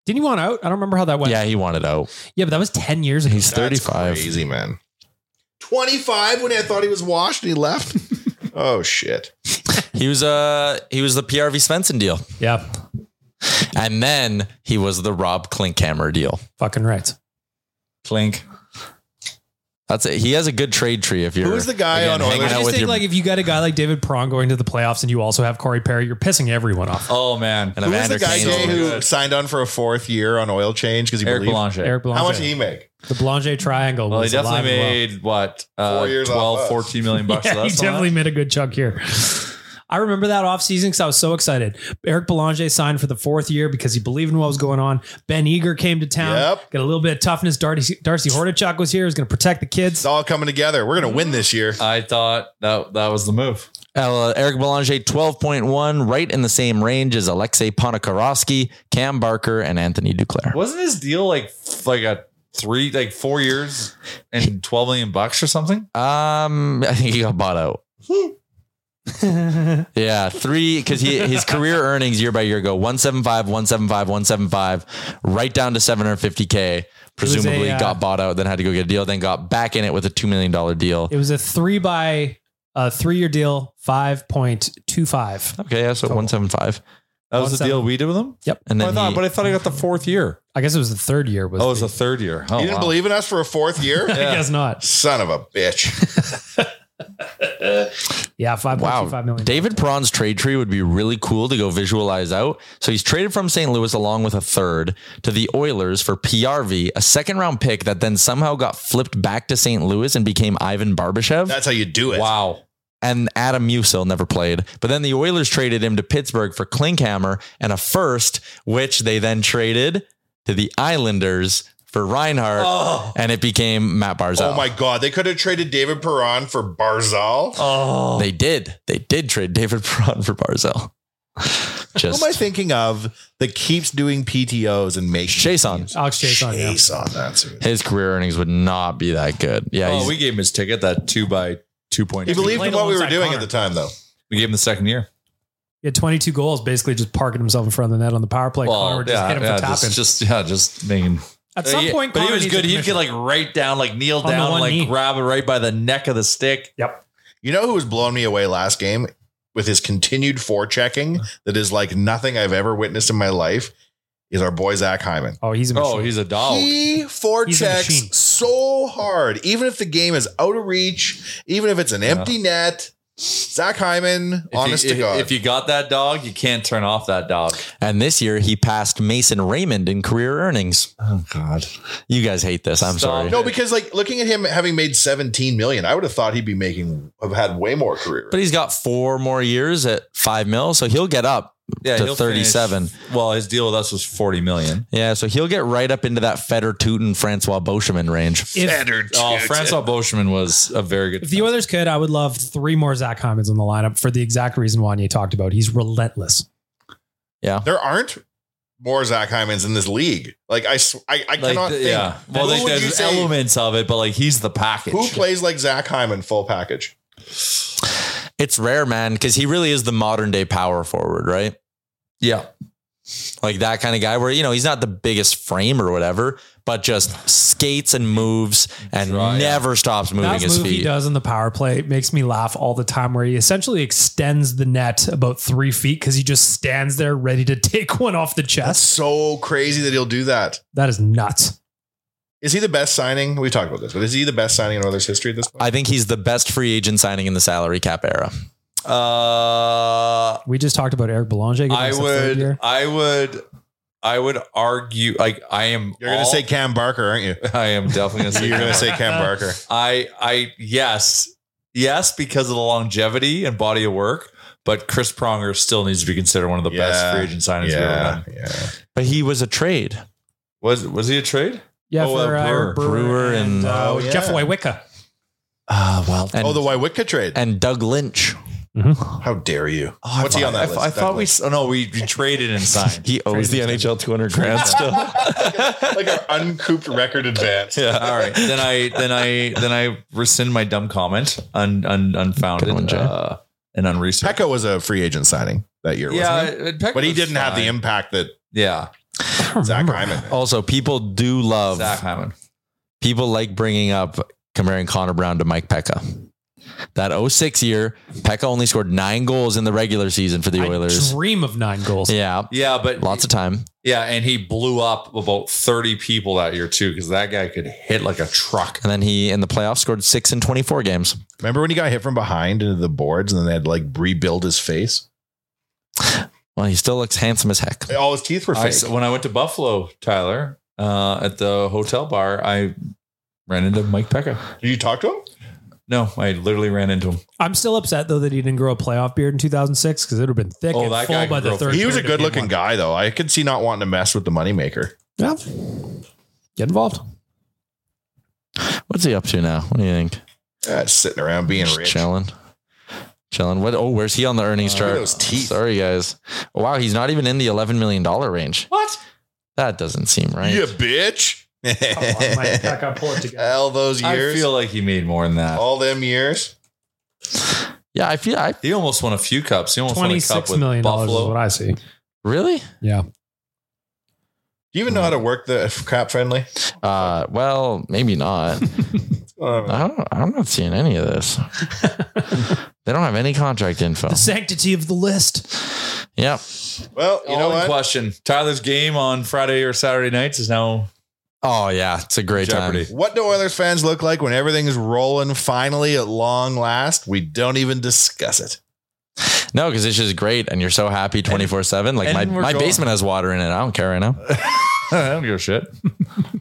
S6: Didn't he want out? I don't remember how that went.
S5: yeah, he wanted out.
S6: Yeah, but that was ten years ago.
S5: He's
S1: That's
S5: 35.
S1: Crazy man. Twenty five when I thought he was washed and he left. oh shit!
S5: He was uh he was the PRV Svensson deal.
S6: Yeah.
S5: And then he was the Rob Klinkhammer deal.
S6: Fucking right.
S7: Clink.
S5: That's it. He has a good trade tree. If you're
S1: Who is the guy
S5: again,
S1: on
S5: hanging
S6: I
S5: out
S6: just
S5: with
S6: think
S5: your
S6: like if you got a guy like David Prong going to the playoffs and you also have Corey Perry, you're pissing everyone off.
S7: Oh man,
S1: Who was the guy Jay, who signed on for a fourth year on oil change because he
S7: Eric
S1: believed?
S7: Belanger.
S6: Eric Belanger.
S1: How much did he make?
S6: The Blanger Triangle.
S7: Well, he
S6: was alive
S7: definitely
S6: and well.
S7: made what uh,
S1: Four years off
S7: 12,
S1: us.
S7: 14 million bucks.
S6: Yeah,
S7: So
S6: he
S7: that's not
S6: definitely made a good chunk here. I remember that offseason because I was so excited. Eric Belanger signed for the fourth year because he believed in what was going on. Ben Eager came to town,
S1: Yep.
S6: got a little bit of toughness. Darcy, Darcy Hordichuk was here, was going to protect the kids.
S1: It's all coming together. We're gonna win this year.
S7: I thought that that was the move.
S5: Uh, Eric Belanger, 12.1, right in the same range as Alexei Ponikarovsky, Cam Barker, and Anthony Duclair.
S7: Wasn't his deal like f- like a three like four years and twelve million bucks or something?
S5: Um, I think he got bought out. yeah, three because he his career earnings year by year go 175, 175, 175, right down to 750k.
S6: was a,
S5: Presumably
S6: uh,
S5: got bought out, then had to go get a deal, then got back in it with a two million dollar deal.
S6: It was a three by a three year deal, 5.25.
S5: Okay, yeah, so 175.
S7: That was the deal we did with him.
S6: Yep.
S5: And
S7: Oh,
S5: then
S7: I thought,
S5: he-
S7: but I thought I got the fourth year.
S6: I guess it was the third year. Was
S7: Oh, it was the third year. Oh,
S1: you didn't
S7: wow.
S1: believe in us for a fourth year?
S6: I guess not.
S1: Son of a bitch.
S6: Yeah, five point two five million.
S5: David Perron's trade tree would be really cool to go visualize out. So he's traded from St. Louis along with a third to the Oilers for PRV, a second round pick that then somehow got flipped back to St. Louis and became Ivan Barbashev.
S1: That's how you do it.
S7: Wow.
S5: and Adam Musil never played. But then the Oilers traded him to Pittsburgh for Klinkhammer and a first, which they then traded to the Islanders for Reinhardt.
S7: Oh.
S5: And it became Matt Barzal.
S1: Oh my god, they could have traded David Perron for Barzal.
S7: Oh,
S5: They did. They did trade David Perron for Barzell. Just
S1: Who am I thinking of that keeps doing PTOs and making
S5: Jason.
S6: Alex Jason. Yeah.
S1: Jason, that's it.
S5: His career earnings would not be that good. Yeah,
S7: oh,
S5: he's-
S7: we gave him his ticket that two by two point.
S1: He believed in
S6: played
S1: what we were
S6: alongside
S1: doing
S6: Connor.
S1: at the time, though.
S7: We gave him the second year.
S6: He had 22 goals, basically just parking himself in front of the net on the power play. Connor would just hit him for tapping.
S7: just, just yeah, just making.
S6: At some
S7: Uh, Yeah,
S6: point,
S7: but
S6: Connor
S7: he was
S6: needs
S7: good. He'd
S6: admission.
S7: get like right down, like kneel
S6: On the
S7: down,
S6: one
S7: like
S6: knee.
S7: grab it right by the neck of the stick.
S6: Yep.
S1: You know who was blowing me away last game with his continued forechecking that is like nothing I've ever witnessed in my life is our boy Zach Hyman.
S6: Oh, he's a machine.
S7: Oh, he's a dog.
S1: He
S6: machine.
S1: forechecks so hard, even if the game is out of reach, even if it's an empty net. Zach Hyman,
S7: Uh-huh. If
S1: honest
S7: you,
S1: to
S7: if-
S1: God,
S7: if you got that dog, you can't turn off that dog.
S5: and this year he passed Mason Raymond in career earnings.
S7: Oh God.
S5: You guys hate this. I'm
S7: Stop.
S5: sorry.
S1: no, because like looking at him having made 17 million, I would have thought he'd be making have had way more career.
S5: But he's got four more years at five mil, so he'll get up
S7: Yeah,
S5: to
S7: he'll finish-
S5: 37.
S7: well, his deal with us was forty million.
S5: Yeah, so he'll get right up into that Feder Tootin Francois Beauchemin range.
S1: Better
S7: Oh,
S1: dude.
S7: Francois Boschman was a very good.
S6: If the Oilers could, I would love three more Zach Hyman's in the lineup for the exact reason Wanya talked about. He's relentless.
S1: there aren't more Zach Hymans in this league. Like I, sw- I, I
S7: like,
S1: cannot
S7: the-
S1: think.
S7: yeah. Well,
S1: Who
S7: like,
S1: would you
S7: there's
S1: say-
S7: elements of it, but like he's the package.
S1: Who plays like Zach Hyman full package?
S5: It's rare, man, because he really is the modern day power forward, right?
S7: Yeah.
S5: Like that kind of guy where, you know, he's not the biggest frame or whatever, but just skates and moves and
S7: Right, yeah.
S5: never stops moving
S6: that
S5: his
S6: move he
S5: feet.
S6: does in the power play makes me laugh all the time, where he essentially extends the net about three feet because he just stands there ready to take one off the
S1: That's
S6: chest.
S1: so crazy that he'll do that.
S6: That is nuts.
S1: Is he the best signing? We talked about this, but is he the best signing in Oilers history at this point?
S5: I think he's the best free agent signing in the salary cap era.
S7: Uh,
S6: We just talked about Eric Belanger. getting
S7: I
S6: us a third
S7: would,
S6: year.
S7: I would, I would argue. Like I am.
S1: You're gonna
S7: all-
S1: say Cam Barker, aren't you?
S7: I am definitely gonna say.
S1: You're gonna
S7: Cam
S1: say Cam Barker.
S7: I I yes. Yes, because of the longevity and body of work, but Chris Pronger still needs to be considered one of the best
S1: Yeah.
S7: free agent signings we've ever
S1: Yeah,
S7: done.
S1: yeah.
S5: But he was a trade.
S7: Was was he a trade?
S6: Yeah,
S7: Oh, uh,
S6: for uh, Brewer,
S7: Brewer.
S5: Brewer
S6: and,
S5: and-
S6: uh,
S1: Oh, yeah.
S6: Jeff Wywicka.
S5: Ah, well. And,
S1: oh, the Wywitka trade.
S5: and Doug Lynch.
S7: Mm-hmm.
S1: How dare you? What's he on that
S7: I,
S1: list?
S7: I
S1: That
S7: thought we.
S1: list.
S7: s- Oh no, we, we traded and signed.
S5: He owes the NHL 200 grand still.
S1: like our uncooped record advance.
S7: yeah. All right. Then I then I then I rescind my dumb comment, un, un unfounded
S5: Good one, Jay.
S7: uh, and unresearched.
S1: Pekka was a free agent signing that year,
S7: yeah,
S1: wasn't
S7: it-
S1: he?
S7: Peck
S1: But he
S7: was
S1: didn't have the
S7: fine.
S1: impact that
S7: Yeah,
S1: Zach Hyman. had.
S5: also, people do love,
S7: Zach Hyman.
S5: people like bringing up comparing Connor Brown to Mike Pekka. That 06 year, Pekka only scored nine goals in the regular season for the
S6: I
S5: Oilers.
S6: dream of nine goals.
S5: yeah.
S7: Yeah, but
S5: Lots of time.
S7: Yeah, and he blew up about 30 people that year too, because that guy could hit like a truck.
S5: And then he in the playoffs scored six in 24 games.
S1: Remember when he got hit from behind into the boards and then they had to like rebuild his face?
S5: Well, he still looks handsome as heck.
S1: All his teeth were
S7: I
S1: fake.
S7: s- when I went to Buffalo, Tyler, uh, at the hotel bar, I ran into Mike Pekka.
S1: Did you talk to him?
S7: No, I literally ran into him.
S6: I'm still upset though that he didn't grow a playoff beard in 2006 because it would have been thick
S7: Oh,
S6: and
S7: that
S6: full
S7: guy
S6: by
S7: could
S6: the
S7: grow
S6: third.
S1: he was a
S6: period of
S1: good
S6: game
S1: looking
S6: one.
S1: guy though. I could see not wanting to mess with the moneymaker.
S5: Yeah.
S6: Get involved.
S5: What's he up to now? What do you think?
S1: Ah, just sitting around being
S5: Just
S1: rich.
S5: Chilling. Chilling. What? Oh, where's he on the earnings
S1: Uh, look at
S5: chart?
S1: those teeth.
S5: Sorry, guys. Wow, he's not even in the $11 million range.
S7: What?
S5: That doesn't seem right.
S1: You bitch. All those
S7: I
S1: years.
S7: feel like he made more than
S6: Oh.
S7: that.
S1: all them years.
S5: Yeah, I feel I
S7: He almost won a few cups. He almost won a cup
S6: Twenty-six
S7: with
S6: million dollars is
S7: Buffalo.
S6: what I see.
S5: really.
S6: Yeah,
S1: Do you even know how to work the crap friendly?
S5: Uh, well, maybe not.
S1: Uh,
S5: I don't, I'm not seeing any of this. they don't have any contract info.
S6: the sanctity of the list.
S5: Yep.
S1: well, you know
S7: All in
S1: what?
S7: question. Tyler's game on Friday or Saturday nights is now
S5: Oh yeah, it's a great
S7: Jeopardy.
S5: time.
S1: What do Oilers fans look like when everything's rolling finally at long last? We don't even discuss it.
S5: No, because it's just great, and you're so happy twenty four seven. Like
S7: and
S5: my,
S7: we're
S5: my
S7: going-
S5: basement has water in it. I don't care right now.
S7: I don't give a shit.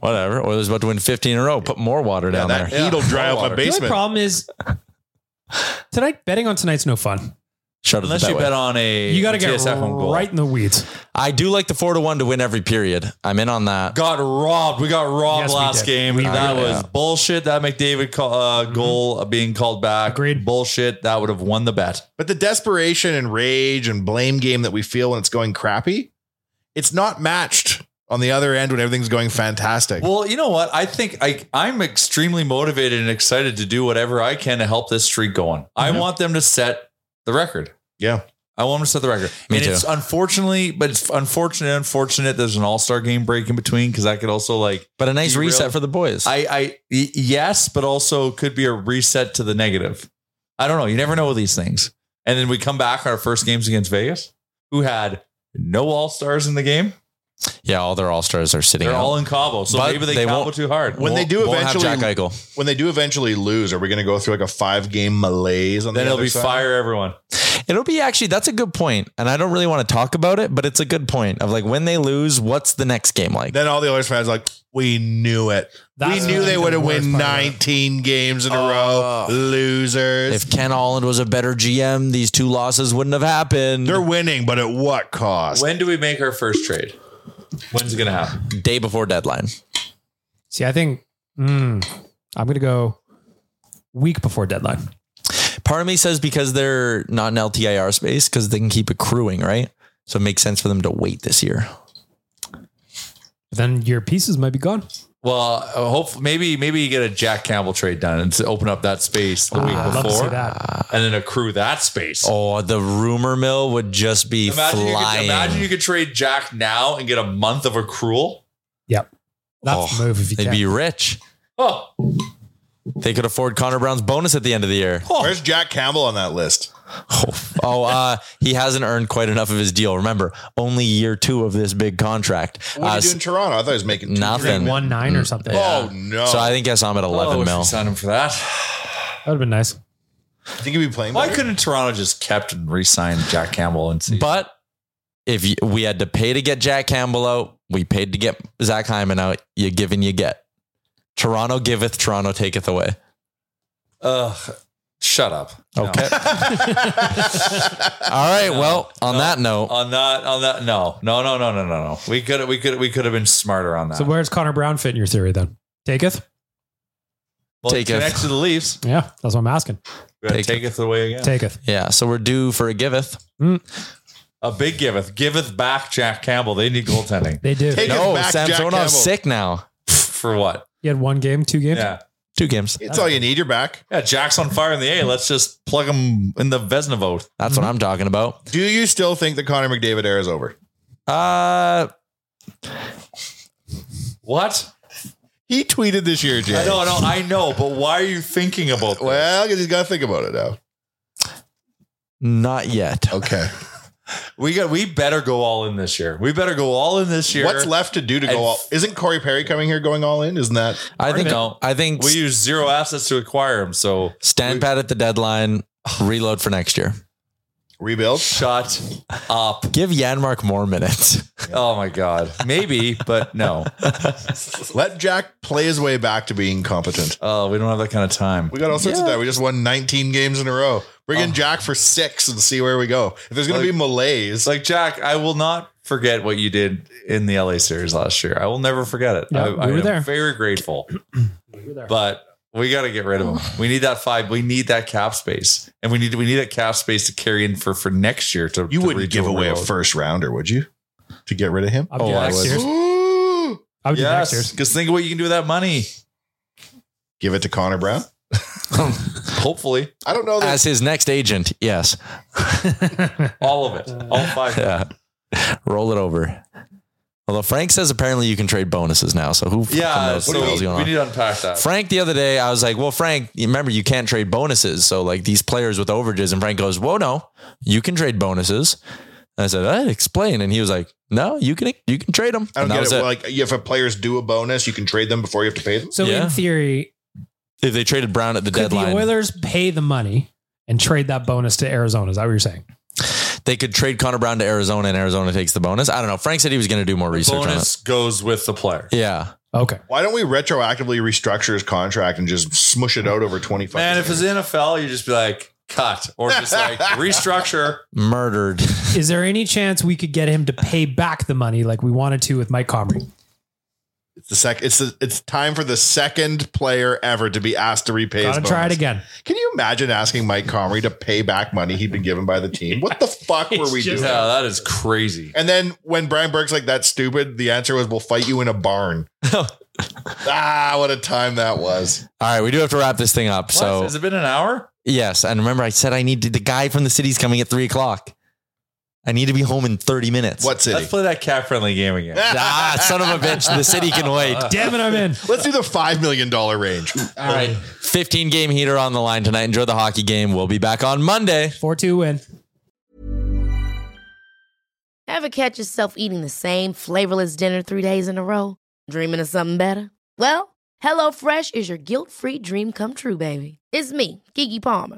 S5: Whatever. Oilers about to win fifteen in a row. Put more water down
S1: that
S5: there.
S1: heat'll dry out my
S5: Water.
S6: The only
S1: basement.
S6: problem is tonight betting on tonight's no fun.
S5: Shut up.
S7: Unless you bet on a
S6: You got to get
S7: TSF home goal.
S6: right in the weeds.
S5: I do like the four to one to win every period. I'm in on that.
S7: Got robbed. We got robbed
S6: Yes, we
S7: last
S6: did.
S7: game.
S6: We
S7: that
S5: did.
S7: was
S5: Yeah.
S7: bullshit. That McDavid call, uh, goal being called back.
S6: Mm-hmm. Agreed.
S7: Bullshit. That would have won the bet.
S1: But the desperation and rage and blame game that we feel when it's going crappy, it's not matched on the other end when everything's going fantastic.
S7: Well, you know what? I think I I'm extremely motivated and excited to do whatever I can to help this streak going.
S6: Mm-hmm.
S7: I want them to set the record.
S1: yeah.
S7: I want them to set the record.
S5: Me
S7: and
S5: too.
S7: it's unfortunately, but it's unfortunate, unfortunate. There's an All Star game break in between because I could also like
S5: But a nice
S7: Derail-
S5: reset for the boys.
S7: I I y- yes, but also could be a reset to the negative. I don't know. You never know with these things. And then we come back our first games against Vegas, who had no All Stars in the game.
S5: yeah, all their all stars are sitting.
S7: They're
S5: out.
S7: all in Cabo, so
S5: But
S7: maybe they,
S5: they
S7: Cabo
S5: won't-
S7: too hard.
S1: When they
S5: Won't-
S1: do
S5: won't have
S1: eventually,
S5: Jack Eichel.
S1: when they do eventually lose, are we going to go through like a five game malaise on
S7: then
S1: the
S7: it'll
S1: other
S7: be
S1: side?
S7: fire everyone.
S5: It'll be actually that's a good point, and I don't really want to talk about it, but it's a good point of like when they lose, what's the next game like?
S1: Then all the Oilers fans are like, we knew it.
S6: That's
S1: we knew
S6: like
S1: they
S6: the
S1: would have
S6: worst
S1: win
S6: part of it.
S1: 19 games in a row. Losers.
S5: if Ken Holland was a better GM, these two losses wouldn't have happened.
S1: They're winning, but at what cost?
S7: When do we make our first trade? When's it gonna happen?
S5: day before deadline.
S6: See, I think mm, I'm going to go week before deadline.
S5: Part of me says because they're not in LTIR space because they can keep accruing, right? So it makes sense for them to wait this year.
S6: Then your pieces might be gone.
S7: Well, uh, hope maybe maybe you get a Jack Campbell trade done and to open up that space the week
S6: Ah, I'd love to see
S7: before,
S6: that.
S7: and then accrue that space.
S5: Oh, the rumor mill would just be
S7: imagine you, could,
S5: flying.
S7: imagine you could trade Jack now and get a month of accrual.
S6: Yep. That's
S5: Oh,
S6: the move if you
S5: They'd
S6: can.
S5: be rich.
S7: Oh,
S5: They could afford Connor Brown's bonus at the end of the year.
S6: Oh.
S1: Where's Jack Campbell on that list?
S5: Oh, uh, he hasn't earned quite enough of his deal. Remember, only year two of this big contract.
S1: What are
S5: Uh,
S1: you doing in Toronto? I thought he was making two
S5: nothing.
S6: one nine
S7: Hmm.
S6: or something.
S1: Oh no!
S5: So I think yes, I'm at 11
S7: oh,
S5: mil.
S7: sign him for that.
S6: That would have been nice.
S1: I think he'd be playing.
S7: Why
S1: better.
S7: couldn't Toronto just kept and re-signed Jack Campbell and see?
S5: But if you, we had to pay to get Jack Campbell out, we paid to get Zach Hyman out. You give and you get. Toronto giveth, Toronto taketh away.
S7: uh, shut up.
S5: Okay. All right. Well, on that
S1: Uh,
S5: note,
S7: On that, on that, no, no, no, no, no, no, no. We could, we could, we could have been smarter on that.
S6: So where's Connor Brown fit in your theory then? Taketh?
S7: well,
S5: Taketh.
S7: connects to the Leafs.
S6: Yeah, that's what I'm asking.
S7: We gotta
S5: Taketh.
S7: Taketh away again.
S6: Taketh.
S5: yeah. So we're due for a giveth.
S7: A big giveth, giveth back Jack Campbell. They need goaltending
S6: They do.
S1: Take it
S5: No,
S1: back, Jack
S5: Samsonov's
S1: Campbell.
S5: sick now.
S7: for what?
S6: He had one game, two games.
S7: Yeah,
S5: Two games.
S1: It's all you need. You're back.
S7: yeah. Jack's on fire in the A. Let's just plug him in the Vesna vote.
S5: That's
S1: Mm-hmm.
S5: what I'm talking about.
S1: Do you still think the Connor McDavid era is over?
S5: Uh,
S7: What?
S1: He tweeted this year, Jay.
S7: I know, I know, I know. But why are you thinking about that?
S1: Well, because he's got to think about it now.
S5: not yet.
S1: Okay.
S7: We got. We better go all in this year. We better go all in this year.
S1: What's left to do to
S7: And
S1: go all? Isn't Corey Perry coming here going all in? Isn't that?
S5: I think. I think
S7: We use zero assets to acquire him. So
S5: stand pat at the deadline. Reload for next year.
S1: Rebuild.
S7: Shut up.
S5: Give Yanmark more minutes.
S7: Oh my god. Maybe, but no.
S1: Let Jack play his way back to being competent.
S7: Oh, we don't have that kind of time.
S1: We got all sorts of that. We just won 19 games in a row. Bring in Jack for six and see where we go. If there's going to
S7: Like-
S1: be malaise,
S7: Like Jack, I will not forget what you did in the LA series last year. I will never forget it.
S6: Yeah,
S7: I,
S6: we
S7: I
S6: were
S7: am
S6: there.
S7: very grateful. But we got to get rid of him. We need that five. We need that cap space, and we need we need that cap space to carry in for for next year. To
S1: you
S7: to
S1: wouldn't
S7: reach
S1: give away a
S7: reload.
S1: first rounder, would you? To get rid of him?
S6: I'm
S7: Oh,
S6: doing
S7: I
S6: next
S7: was.
S6: year's. I would do next
S7: Yes,
S6: year's.
S7: because think of what you can do with that money.
S1: Give it to Connor Brown?
S7: Hopefully,
S1: I don't know. That
S5: As his next agent, yes.
S7: all of it, all five.
S5: Yeah. Roll it over. Although Frank says apparently you can trade bonuses now, so who fucking
S7: Yeah,
S5: knows
S7: so
S5: what the hell's
S7: we,
S5: going
S7: we uh,
S5: on?
S7: need to unpack that.
S5: Frank the other day, I was like, "Well, Frank, you remember you can't trade bonuses, so like these players with overages." And Frank goes, "Whoa, no, you can trade bonuses." And I said, "I'd explain," and he was like, "No, you can you can trade them."
S1: I don't
S5: and that
S1: get
S5: was
S1: it. Like, if a player's due a bonus, you can trade them before you have to pay them.
S6: So
S5: Yeah.
S6: in theory,
S5: If they traded Brown at the
S6: could
S5: deadline,
S6: the Oilers pay the money and trade that bonus to Arizona? Is that what you're saying?
S5: they could trade Connor Brown to Arizona, and Arizona takes the bonus. I don't know. Frank said he was going to do more research on it.
S7: Bonus goes with the player.
S5: Yeah,
S6: Okay.
S1: Why don't we retroactively restructure his contract and just smush it out over 25
S7: Man, if it's NFL, you just be like cut or just like restructure.
S5: murdered.
S6: Is there any chance we could get him to pay back the money like we wanted to with Mike Comrie?
S1: It's the sec. It's the, it's time for the second player ever to be asked to repay. his
S6: Gotta try it
S1: bonus.
S6: again.
S1: Can you imagine asking Mike Comrie to pay back money he'd been given by the team? What the fuck were we doing?
S7: Yeah, that is crazy.
S1: And then when Brian Burke's like that's stupid, the answer was we'll fight you in a barn. ah, what a time that was.
S5: All right, we do have to wrap this thing up.
S7: So
S5: So
S7: has it been an hour?
S5: Yes, and remember I said I need to, the guy from the city's coming at three o'clock. I need to be home in thirty minutes.
S1: What city?
S7: Let's play that cat friendly game again.
S5: Ah, son of a bitch! The city can wait.
S6: Damn it, I'm in.
S1: Let's do the five million dollar range.
S5: All right, fifteen game heater on the line tonight. Enjoy the hockey game. We'll be back on Monday.
S6: 4 2 win.
S10: Ever catch yourself eating the same flavorless dinner three days in a row? Dreaming of something better? Well, HelloFresh is your guilt free dream come true, baby. It's me, Kiki Palmer.